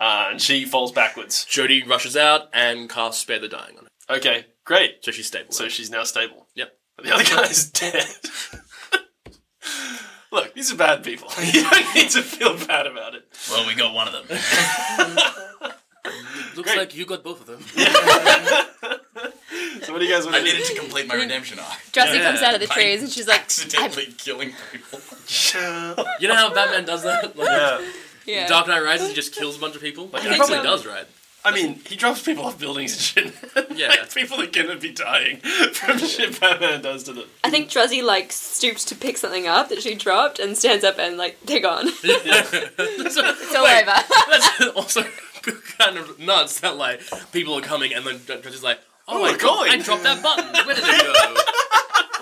Speaker 1: Uh, and she falls backwards.
Speaker 4: Jody rushes out and casts spare the dying on her,
Speaker 1: Okay, great.
Speaker 4: so she's stable.
Speaker 1: So she's now stable.
Speaker 4: yep.
Speaker 1: But the other guy's (laughs) dead. Look, these are bad people. (laughs) You don't need to feel bad about it.
Speaker 2: Well, we got one of (laughs) them.
Speaker 4: Looks
Speaker 1: Great.
Speaker 4: like you got both of them.
Speaker 1: So what do you guys want
Speaker 2: I
Speaker 1: to do?
Speaker 2: needed to complete my redemption (laughs) arc.
Speaker 3: Drusy
Speaker 1: Yeah.
Speaker 3: comes out of the trees and she's like,
Speaker 2: Accidentally killing people.
Speaker 4: You know how Batman does that? Like,
Speaker 1: Yeah.
Speaker 3: yeah.
Speaker 4: Dark Knight Rises, he just kills a bunch of people. Like, he
Speaker 1: I
Speaker 4: probably
Speaker 3: think so.
Speaker 4: does, right?
Speaker 1: I mean, he drops people off buildings and shit.
Speaker 4: (laughs)
Speaker 1: (laughs)
Speaker 4: Yeah.
Speaker 1: like, people are gonna be dying (laughs) from shit Batman does to them.
Speaker 8: I think Drozzy like stooped to pick something up that she dropped and stands up and like they're gone.
Speaker 1: it's
Speaker 8: (laughs)
Speaker 3: all over.
Speaker 4: That's (laughs) also kind of nuts that like people are coming and then they're just like, oh,
Speaker 1: my
Speaker 4: my god,
Speaker 1: God."
Speaker 4: I dropped that button. Where did it go?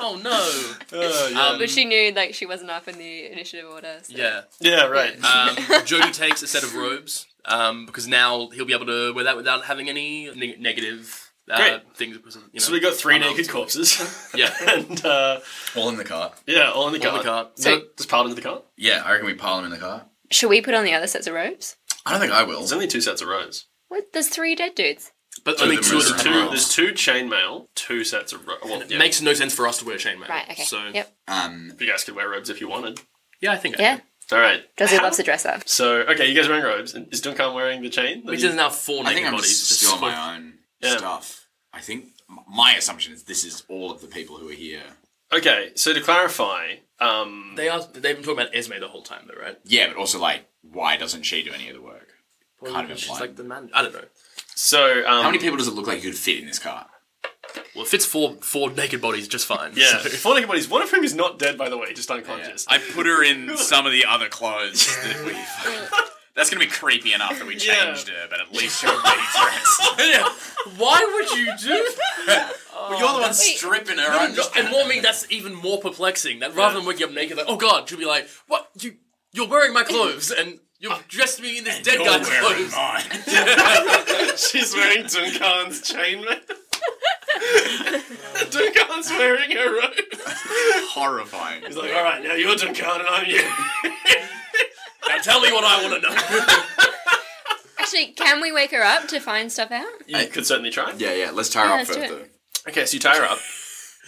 Speaker 4: oh no. Um,
Speaker 8: but she knew like she wasn't up in the initiative order. So.
Speaker 4: yeah.
Speaker 1: yeah, right.
Speaker 4: Um, Jody takes a set of robes um, because now he'll be able to wear that without having any neg negative uh,
Speaker 1: Great.
Speaker 4: things. You know,
Speaker 1: so we got three
Speaker 4: unarmed.
Speaker 1: naked corpses.
Speaker 4: Yeah.
Speaker 1: (laughs) and uh,
Speaker 2: All in the car.
Speaker 1: yeah, all in the
Speaker 4: All in
Speaker 1: car.
Speaker 4: the car.
Speaker 1: So just piled into the car.
Speaker 2: Yeah, I reckon we pile them in the car.
Speaker 8: Should we put on the other sets of robes?
Speaker 2: I don't think I will.
Speaker 1: There's only two sets of robes.
Speaker 8: What? There's three dead dudes.
Speaker 4: But
Speaker 2: Two
Speaker 4: only
Speaker 2: of them
Speaker 4: two of
Speaker 2: are
Speaker 4: them. (laughs)
Speaker 2: in
Speaker 1: Two.
Speaker 2: the
Speaker 4: are-
Speaker 2: car.
Speaker 1: There's two chainmail, two sets of robes. Well,
Speaker 4: It
Speaker 1: yeah.
Speaker 4: makes no sense for us to wear chainmail.
Speaker 3: Right, okay.
Speaker 4: So
Speaker 3: yep.
Speaker 2: Um,
Speaker 1: you guys could wear robes if you wanted.
Speaker 4: yeah, I think I
Speaker 3: Yeah.
Speaker 4: do.
Speaker 1: All right.
Speaker 3: Does he
Speaker 1: How-
Speaker 3: loves to dress up?
Speaker 1: So okay, you guys are wearing robes. And is Duncan wearing the chain?
Speaker 4: Which is now four
Speaker 2: I
Speaker 4: naked
Speaker 2: think I'm
Speaker 4: bodies.
Speaker 2: just still on
Speaker 4: four-
Speaker 2: my own
Speaker 1: Yeah.
Speaker 2: stuff. I think my assumption is this is all of the people who are here.
Speaker 1: Okay, so to clarify,
Speaker 4: (laughs)
Speaker 1: um,
Speaker 4: They are. They've been talking about Esme the whole time, though, right?
Speaker 2: Yeah, but also like, why doesn't she do any of the work? kind of
Speaker 4: she's
Speaker 2: implied.
Speaker 4: like the man. I don't know.
Speaker 1: so um,
Speaker 2: How many people does it look like you could fit in this car?
Speaker 4: Well, it fits four four naked bodies just fine.
Speaker 1: Yeah,
Speaker 4: So-
Speaker 1: four naked bodies. One of whom is not dead, by the way, just unconscious.
Speaker 2: I put her
Speaker 4: (laughs)
Speaker 2: in some of the other clothes that we. (laughs) That's gonna be creepy enough that we
Speaker 1: Yeah.
Speaker 2: changed her, but at least she'll be dressed.
Speaker 4: (laughs) Yeah. (laughs) Why would you do
Speaker 2: well, (laughs) you're the one stripping her. I'm just-
Speaker 4: (laughs) and more me, that's even more perplexing. That rather than waking up naked, like, oh god, she'll be like, what? You, you're wearing my clothes, and (laughs) you've dressed me in this dead (laughs)
Speaker 2: You're
Speaker 4: guy's
Speaker 2: wearing
Speaker 4: clothes.
Speaker 2: mine.
Speaker 4: (laughs)
Speaker 1: She's wearing Duncan's chainmail.
Speaker 4: (laughs)
Speaker 1: Duncan's wearing her robe.
Speaker 2: Horrifying.
Speaker 1: He's like, all right, now you're Duncan and I'm
Speaker 4: (laughs)
Speaker 1: you.
Speaker 4: Now tell me what I want to
Speaker 1: (laughs)
Speaker 4: know.
Speaker 3: Actually, can we wake her up to find stuff out?
Speaker 1: You could certainly try.
Speaker 2: Yeah, yeah. Let's tie her
Speaker 3: Yeah,
Speaker 2: up
Speaker 3: let's do
Speaker 2: further.
Speaker 1: Okay, so you tie her up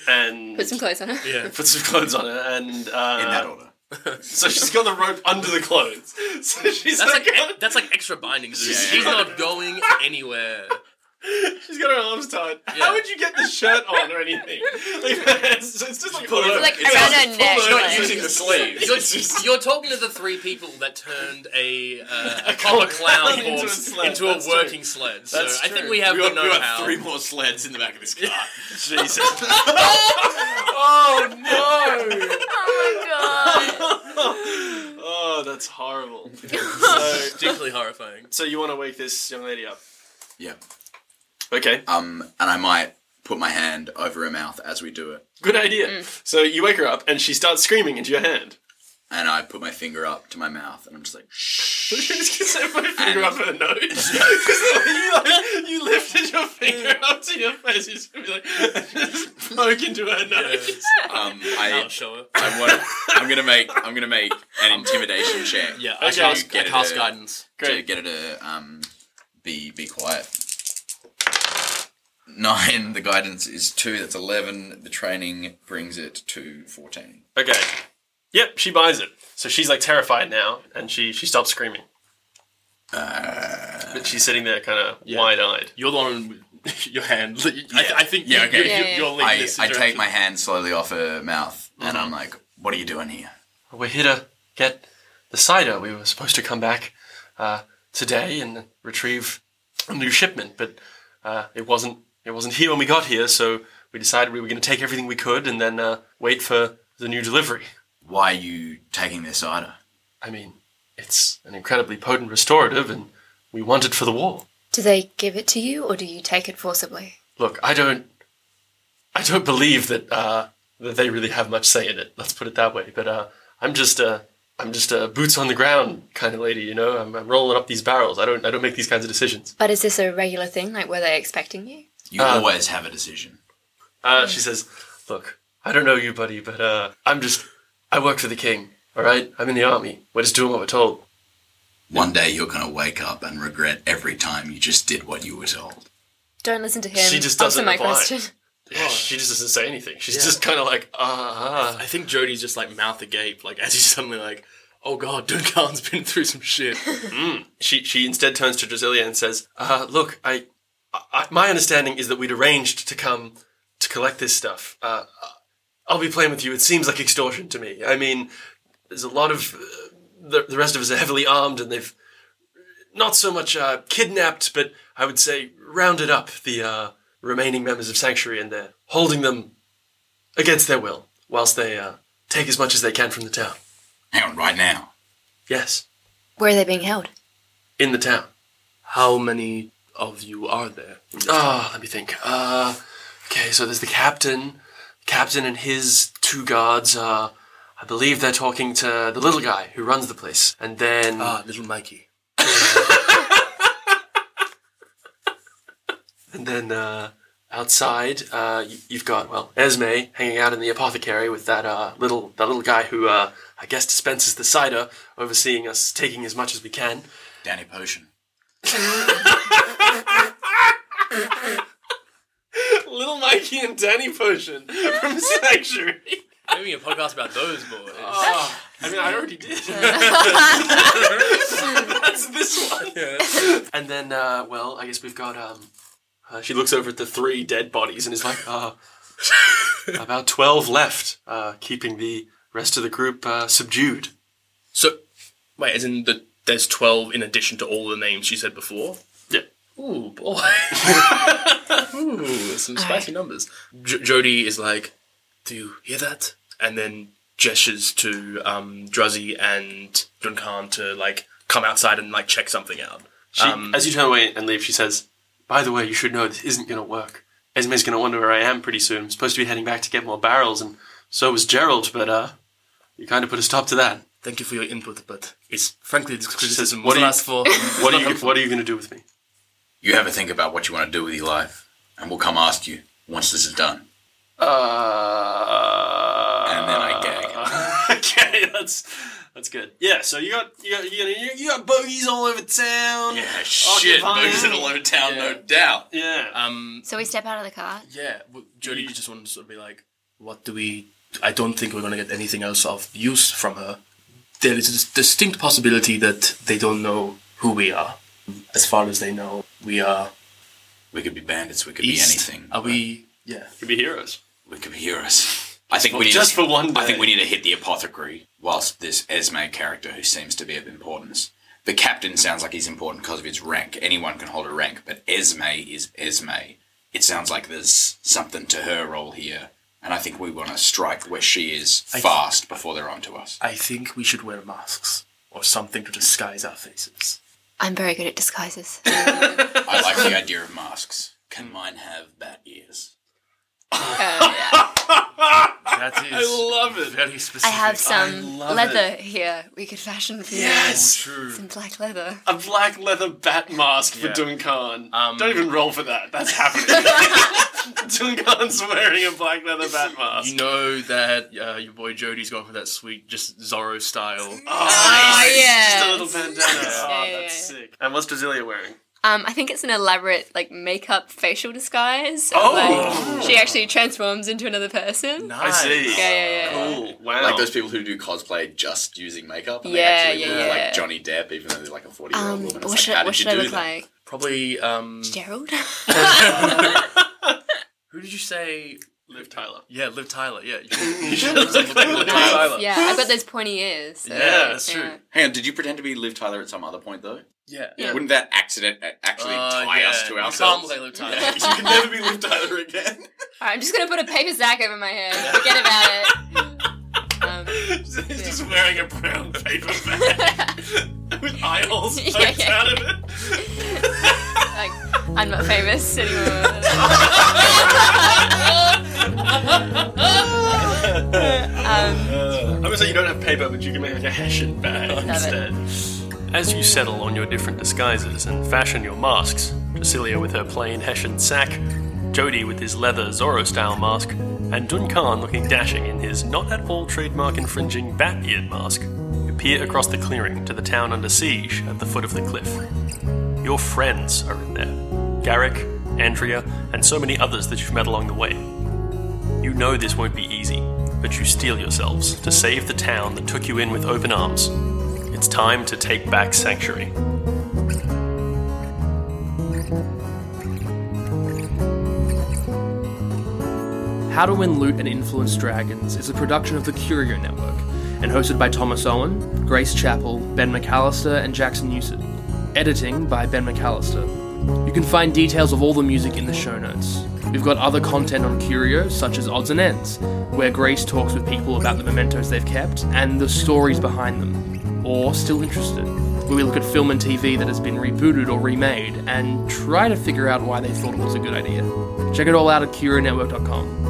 Speaker 1: and
Speaker 3: (laughs) Put some clothes on her.
Speaker 1: put some clothes on her, and uh,
Speaker 2: In that order.
Speaker 1: so she's got the rope under the clothes. (laughs) So she's
Speaker 4: That's
Speaker 1: like,
Speaker 4: like e- that's like extra bindings. (laughs)
Speaker 2: Yeah.
Speaker 4: She's not going anywhere.
Speaker 1: she's got her arms tied. How would you get the shirt on or anything? Like,
Speaker 4: (laughs)
Speaker 1: it's, it's just like,
Speaker 2: it
Speaker 3: Like
Speaker 2: It's
Speaker 3: around
Speaker 2: just
Speaker 3: her neck.
Speaker 1: pullover.
Speaker 3: like- (laughs)
Speaker 2: Using the
Speaker 4: (laughs)
Speaker 2: sleeves.
Speaker 4: You're, you're talking to the three people that turned a uh,
Speaker 1: (laughs)
Speaker 4: a copper clown
Speaker 1: into a
Speaker 4: horse into a,
Speaker 1: sled. That's true.
Speaker 4: working sled. So
Speaker 1: That's
Speaker 4: I think
Speaker 1: true.
Speaker 4: we have
Speaker 2: We
Speaker 4: the
Speaker 2: got, we
Speaker 4: know
Speaker 2: got
Speaker 4: how.
Speaker 2: three more sleds in the back of
Speaker 4: (laughs)
Speaker 2: this car.
Speaker 1: Jesus.
Speaker 4: Oh no!
Speaker 1: Oh, that's (laughs) horrible. so,
Speaker 4: Particularly horrifying.
Speaker 1: so you want to wake this young lady up?
Speaker 2: yeah.
Speaker 1: Okay.
Speaker 2: Um, and I might put my hand over her mouth as we do it,
Speaker 1: Good idea. So you wake her up and she starts screaming into your hand. (laughs)
Speaker 2: and I put my finger up to my mouth, and I'm just like,
Speaker 1: you
Speaker 2: shh.
Speaker 1: just set my finger up her nose.
Speaker 4: (laughs)
Speaker 1: (laughs) 'Cause the way you, like, you lifted your finger up to your face. You just, be like, (laughs) just poke into her nose.
Speaker 2: Um,
Speaker 4: I'll
Speaker 2: I,
Speaker 4: show her.
Speaker 2: I want. I'm gonna make. I'm gonna make an intimidation check.
Speaker 4: Um, Yeah,
Speaker 1: Okay.
Speaker 4: I cast,
Speaker 2: Get
Speaker 4: I
Speaker 2: it
Speaker 4: cast
Speaker 2: out.
Speaker 4: guidance.
Speaker 2: To
Speaker 1: Great.
Speaker 2: get her to um, be be quiet. Nine. The guidance is two. That's eleven. The training brings it to fourteen.
Speaker 1: Okay. Yep, she buys it. So she's like terrified now and she, she stops screaming. but she's sitting there kind of wide eyed.
Speaker 4: You're the one with (laughs) your hand. I, I think
Speaker 2: Yeah,
Speaker 4: you,
Speaker 2: okay.
Speaker 4: you-
Speaker 2: Yeah,
Speaker 4: you-
Speaker 3: yeah.
Speaker 4: you're leading
Speaker 2: I,
Speaker 4: this Mm-hmm.
Speaker 2: I take
Speaker 4: direction.
Speaker 2: my hand slowly off her mouth, and I'm like, "What are you doing here?"
Speaker 1: We're here to get the cider. We were supposed to come back uh, today and retrieve a new shipment, but uh, it wasn't it wasn't here when we got here. So we decided we were going to take everything we could and then uh, wait for the new delivery.
Speaker 2: Why are you taking their cider?
Speaker 1: I mean, it's an incredibly potent restorative, and we want it for the war.
Speaker 3: Do they give it to you, or do you take it forcibly?
Speaker 1: Look, I don't I don't believe that uh, that they really have much say in it. Let's put it that way. But uh, I'm just a I'm just a boots on the ground kind of lady, you know. I'm, I'm rolling up these barrels. I don't I don't make these kinds of decisions.
Speaker 3: But is this a regular thing? Like, were they expecting you?
Speaker 2: You always have a decision.
Speaker 1: Uh, she says, "Look, I don't know you, buddy, but uh, I'm just I work for the king. All right, I'm in the army. We're just doing what we're told."
Speaker 2: One day you're going to wake up and regret every time you just did what you were told.
Speaker 3: Don't listen to him.
Speaker 1: She just
Speaker 3: Answer
Speaker 1: doesn't
Speaker 3: my
Speaker 1: reply.
Speaker 6: (laughs)
Speaker 3: question.
Speaker 1: Yeah, she just doesn't say anything. She's just kind of like, "Ah."
Speaker 4: I think Jody's just like mouth agape, like as he's suddenly like, "Oh God, Duncan's been through
Speaker 1: (laughs)
Speaker 4: some shit."
Speaker 1: she she instead turns to Drasilia and says, uh, "Look, I, I, my understanding is that we'd arranged to come to collect this stuff. Uh, I'll be plain with you; it seems like extortion to me. I mean, there's a lot of uh, the, the rest of us are heavily armed, and they've not so much uh, kidnapped, but I would say rounded up the uh, remaining members of Sanctuary and they're holding them against their will whilst they uh, take as much as they can from the town.
Speaker 2: Hang on, right now.
Speaker 1: Yes,
Speaker 3: Where are they being held?
Speaker 1: in the town.
Speaker 4: How many of you are there?
Speaker 1: Ah, let me think. Uh, okay, so there's the captain. Captain and his two guards are. I believe they're talking to the little guy who runs the place. And then.
Speaker 4: Ah, little Mikey.
Speaker 1: (laughs) And then uh, outside, uh, you, you've got well Esme hanging out in the apothecary with that uh, little that little guy who uh, I guess dispenses the cider, overseeing us taking as much as we can.
Speaker 2: Danny Potion.
Speaker 1: little Mikey and Danny Potion from Sanctuary.
Speaker 7: Maybe a podcast about those boys.
Speaker 1: I mean, I already did. That's this one. And then, uh, well, I guess we've got. Um, uh, she looks over at the three dead bodies and is like, uh, about 12 left, uh, keeping the rest of the group uh, subdued.
Speaker 4: So, wait, as in the, there's 12 in addition to all the names you said before?
Speaker 1: Yeah.
Speaker 4: Ooh, boy. (laughs) Ooh, some spicy numbers. J- Jody is like, do you hear that? And then gestures to um, Druzzy and Duncan to, like, come outside and, like, check something out.
Speaker 1: She, as you turn away and leave, she says, By the way, you should know this isn't going to work. Esme's going to wonder where I am pretty soon. I'm supposed to be heading back to get more barrels, and so was Gerald, but uh, you kind of put a stop to that.
Speaker 4: Thank you for your input, but it's frankly this criticism
Speaker 1: "What
Speaker 4: what
Speaker 1: do
Speaker 4: was
Speaker 1: you-
Speaker 4: asked for.
Speaker 1: What are you, what are you going to do with me?
Speaker 2: You have a think about what you want to do with your life, and we'll come ask you once this is done.
Speaker 1: (laughs) Uh,
Speaker 2: And then I gag.
Speaker 1: okay, that's that's good. Yeah, so you got you got you got, you got bogeys all over town.
Speaker 7: Yeah, shit.
Speaker 1: Occupy.
Speaker 7: Boogers in all over town, no doubt.
Speaker 1: Yeah.
Speaker 4: Um,
Speaker 3: So we step out of the car.
Speaker 4: yeah, w- Jody just wanted to sort of be like, what do we? I don't think we're going to get anything else of use from her. There is a dis- distinct possibility that they don't know who we are. As far as they know, we are
Speaker 2: We could be bandits. We could be
Speaker 4: East.
Speaker 2: anything.
Speaker 4: Are we? Yeah.
Speaker 1: Could be heroes.
Speaker 2: We could be heroes. (laughs) I think we need
Speaker 1: just for one
Speaker 2: I think
Speaker 1: day.
Speaker 2: we need to hit the apothecary whilst this Esme character, who seems to be of importance. The captain sounds like he's important because of his rank. Anyone can hold a rank, but Esme is Esme. It sounds like there's something to her role here, and I think we want to strike where she is
Speaker 4: I-
Speaker 2: fast before they're onto us.
Speaker 4: I think we should wear masks or something to disguise our faces.
Speaker 3: I'm very good at disguises.
Speaker 2: I like the idea of masks. Can mine have bat ears?
Speaker 4: That is (laughs) I love it. Very specific.
Speaker 3: I have some leather here. We could fashion for you.
Speaker 1: Yes,
Speaker 3: Some black leather.
Speaker 1: a black leather bat mask for
Speaker 4: Yeah.
Speaker 1: Duncan.
Speaker 4: Um,
Speaker 1: Don't even roll for that. That's
Speaker 4: (laughs)
Speaker 1: happening. (laughs) Duncan's wearing a black leather bat mask.
Speaker 4: You know that uh, your boy Jody's going for that sweet, just Zorro style.
Speaker 1: Oh,
Speaker 3: yeah.
Speaker 1: Just a
Speaker 6: (laughs)
Speaker 1: little bandana. Oh,
Speaker 3: yeah,
Speaker 1: that's sick. And what's Drasilia wearing?
Speaker 6: Um, I think it's an elaborate like makeup facial disguise.
Speaker 1: Oh!
Speaker 6: Like, she actually transforms into another person.
Speaker 1: I see.
Speaker 6: Yeah, yeah, yeah.
Speaker 1: Cool. Wow.
Speaker 9: Like those people who do cosplay just using makeup. And
Speaker 6: Yeah,
Speaker 9: they actually
Speaker 6: yeah,
Speaker 9: look
Speaker 6: yeah.
Speaker 9: like Johnny Depp, even though they're like a 40 year old
Speaker 3: Um,
Speaker 9: woman. It's
Speaker 3: what
Speaker 9: like,
Speaker 3: should,
Speaker 9: how
Speaker 3: what
Speaker 9: did
Speaker 3: should
Speaker 9: you
Speaker 3: I
Speaker 9: do
Speaker 3: look
Speaker 9: that?
Speaker 3: like?
Speaker 4: Probably. Um,
Speaker 1: (laughs)
Speaker 3: Gerald?
Speaker 4: (laughs) who did you say?
Speaker 1: Liv Tyler.
Speaker 4: Yeah, Liv Tyler. Yeah, you, you should have looked like Liv Tyler.
Speaker 6: Yeah, I've got those pointy ears. so,
Speaker 1: Yeah, that's true.
Speaker 6: yeah.
Speaker 9: Hang on, did you pretend to be Liv Tyler at some other point, though?
Speaker 4: Yeah.
Speaker 9: Wouldn't that accident a- actually
Speaker 4: Uh,
Speaker 9: tie
Speaker 4: yeah.
Speaker 9: us to
Speaker 4: You
Speaker 9: ourselves?
Speaker 4: can't look like Liv
Speaker 9: Yeah,
Speaker 4: Tyler.
Speaker 9: (laughs) you can never be Liv Tyler again.
Speaker 6: Alright, I'm just gonna put a paper sack over my head. Forget about
Speaker 1: (laughs)
Speaker 6: it. Um,
Speaker 1: He's (laughs) just wearing a brown paper bag with eye holes poked
Speaker 6: Yeah, yeah.
Speaker 1: out of it.
Speaker 6: like, I'm not famous anymore.
Speaker 1: I'm gonna say you don't have paper, but you can make like a hessian bag instead. As you settle on your different disguises and fashion your masks, Drasilia with her plain hessian sack, Jody with his leather Zorro style mask, and Duncan looking dashing in his not at all trademark infringing bat eared mask, you peer across the clearing to the town under siege at the foot of the cliff. Your friends are in there Garrick, Andrea, and so many others that you've met along the way. You know this won't be easy, but you steel yourselves to save the town that took you in with open arms. It's time to take back Sanctuary.
Speaker 10: How to Win Loot and Influence Dragons is a production of the Curio Network and hosted by Thomas Owen, Grace Chappell, Ben McAllister, and Jackson Newson.
Speaker 4: Editing by Ben McAllister. You can find details of all the music in the show notes. We've got other content on Curio, such as Odds and Ends, where Grace talks with people about the mementos they've kept and the stories behind them, or still interested, where we look at film and TV that has been rebooted or remade and try to figure out why they thought it was a good idea. Check it all out at CurioNetwork.com.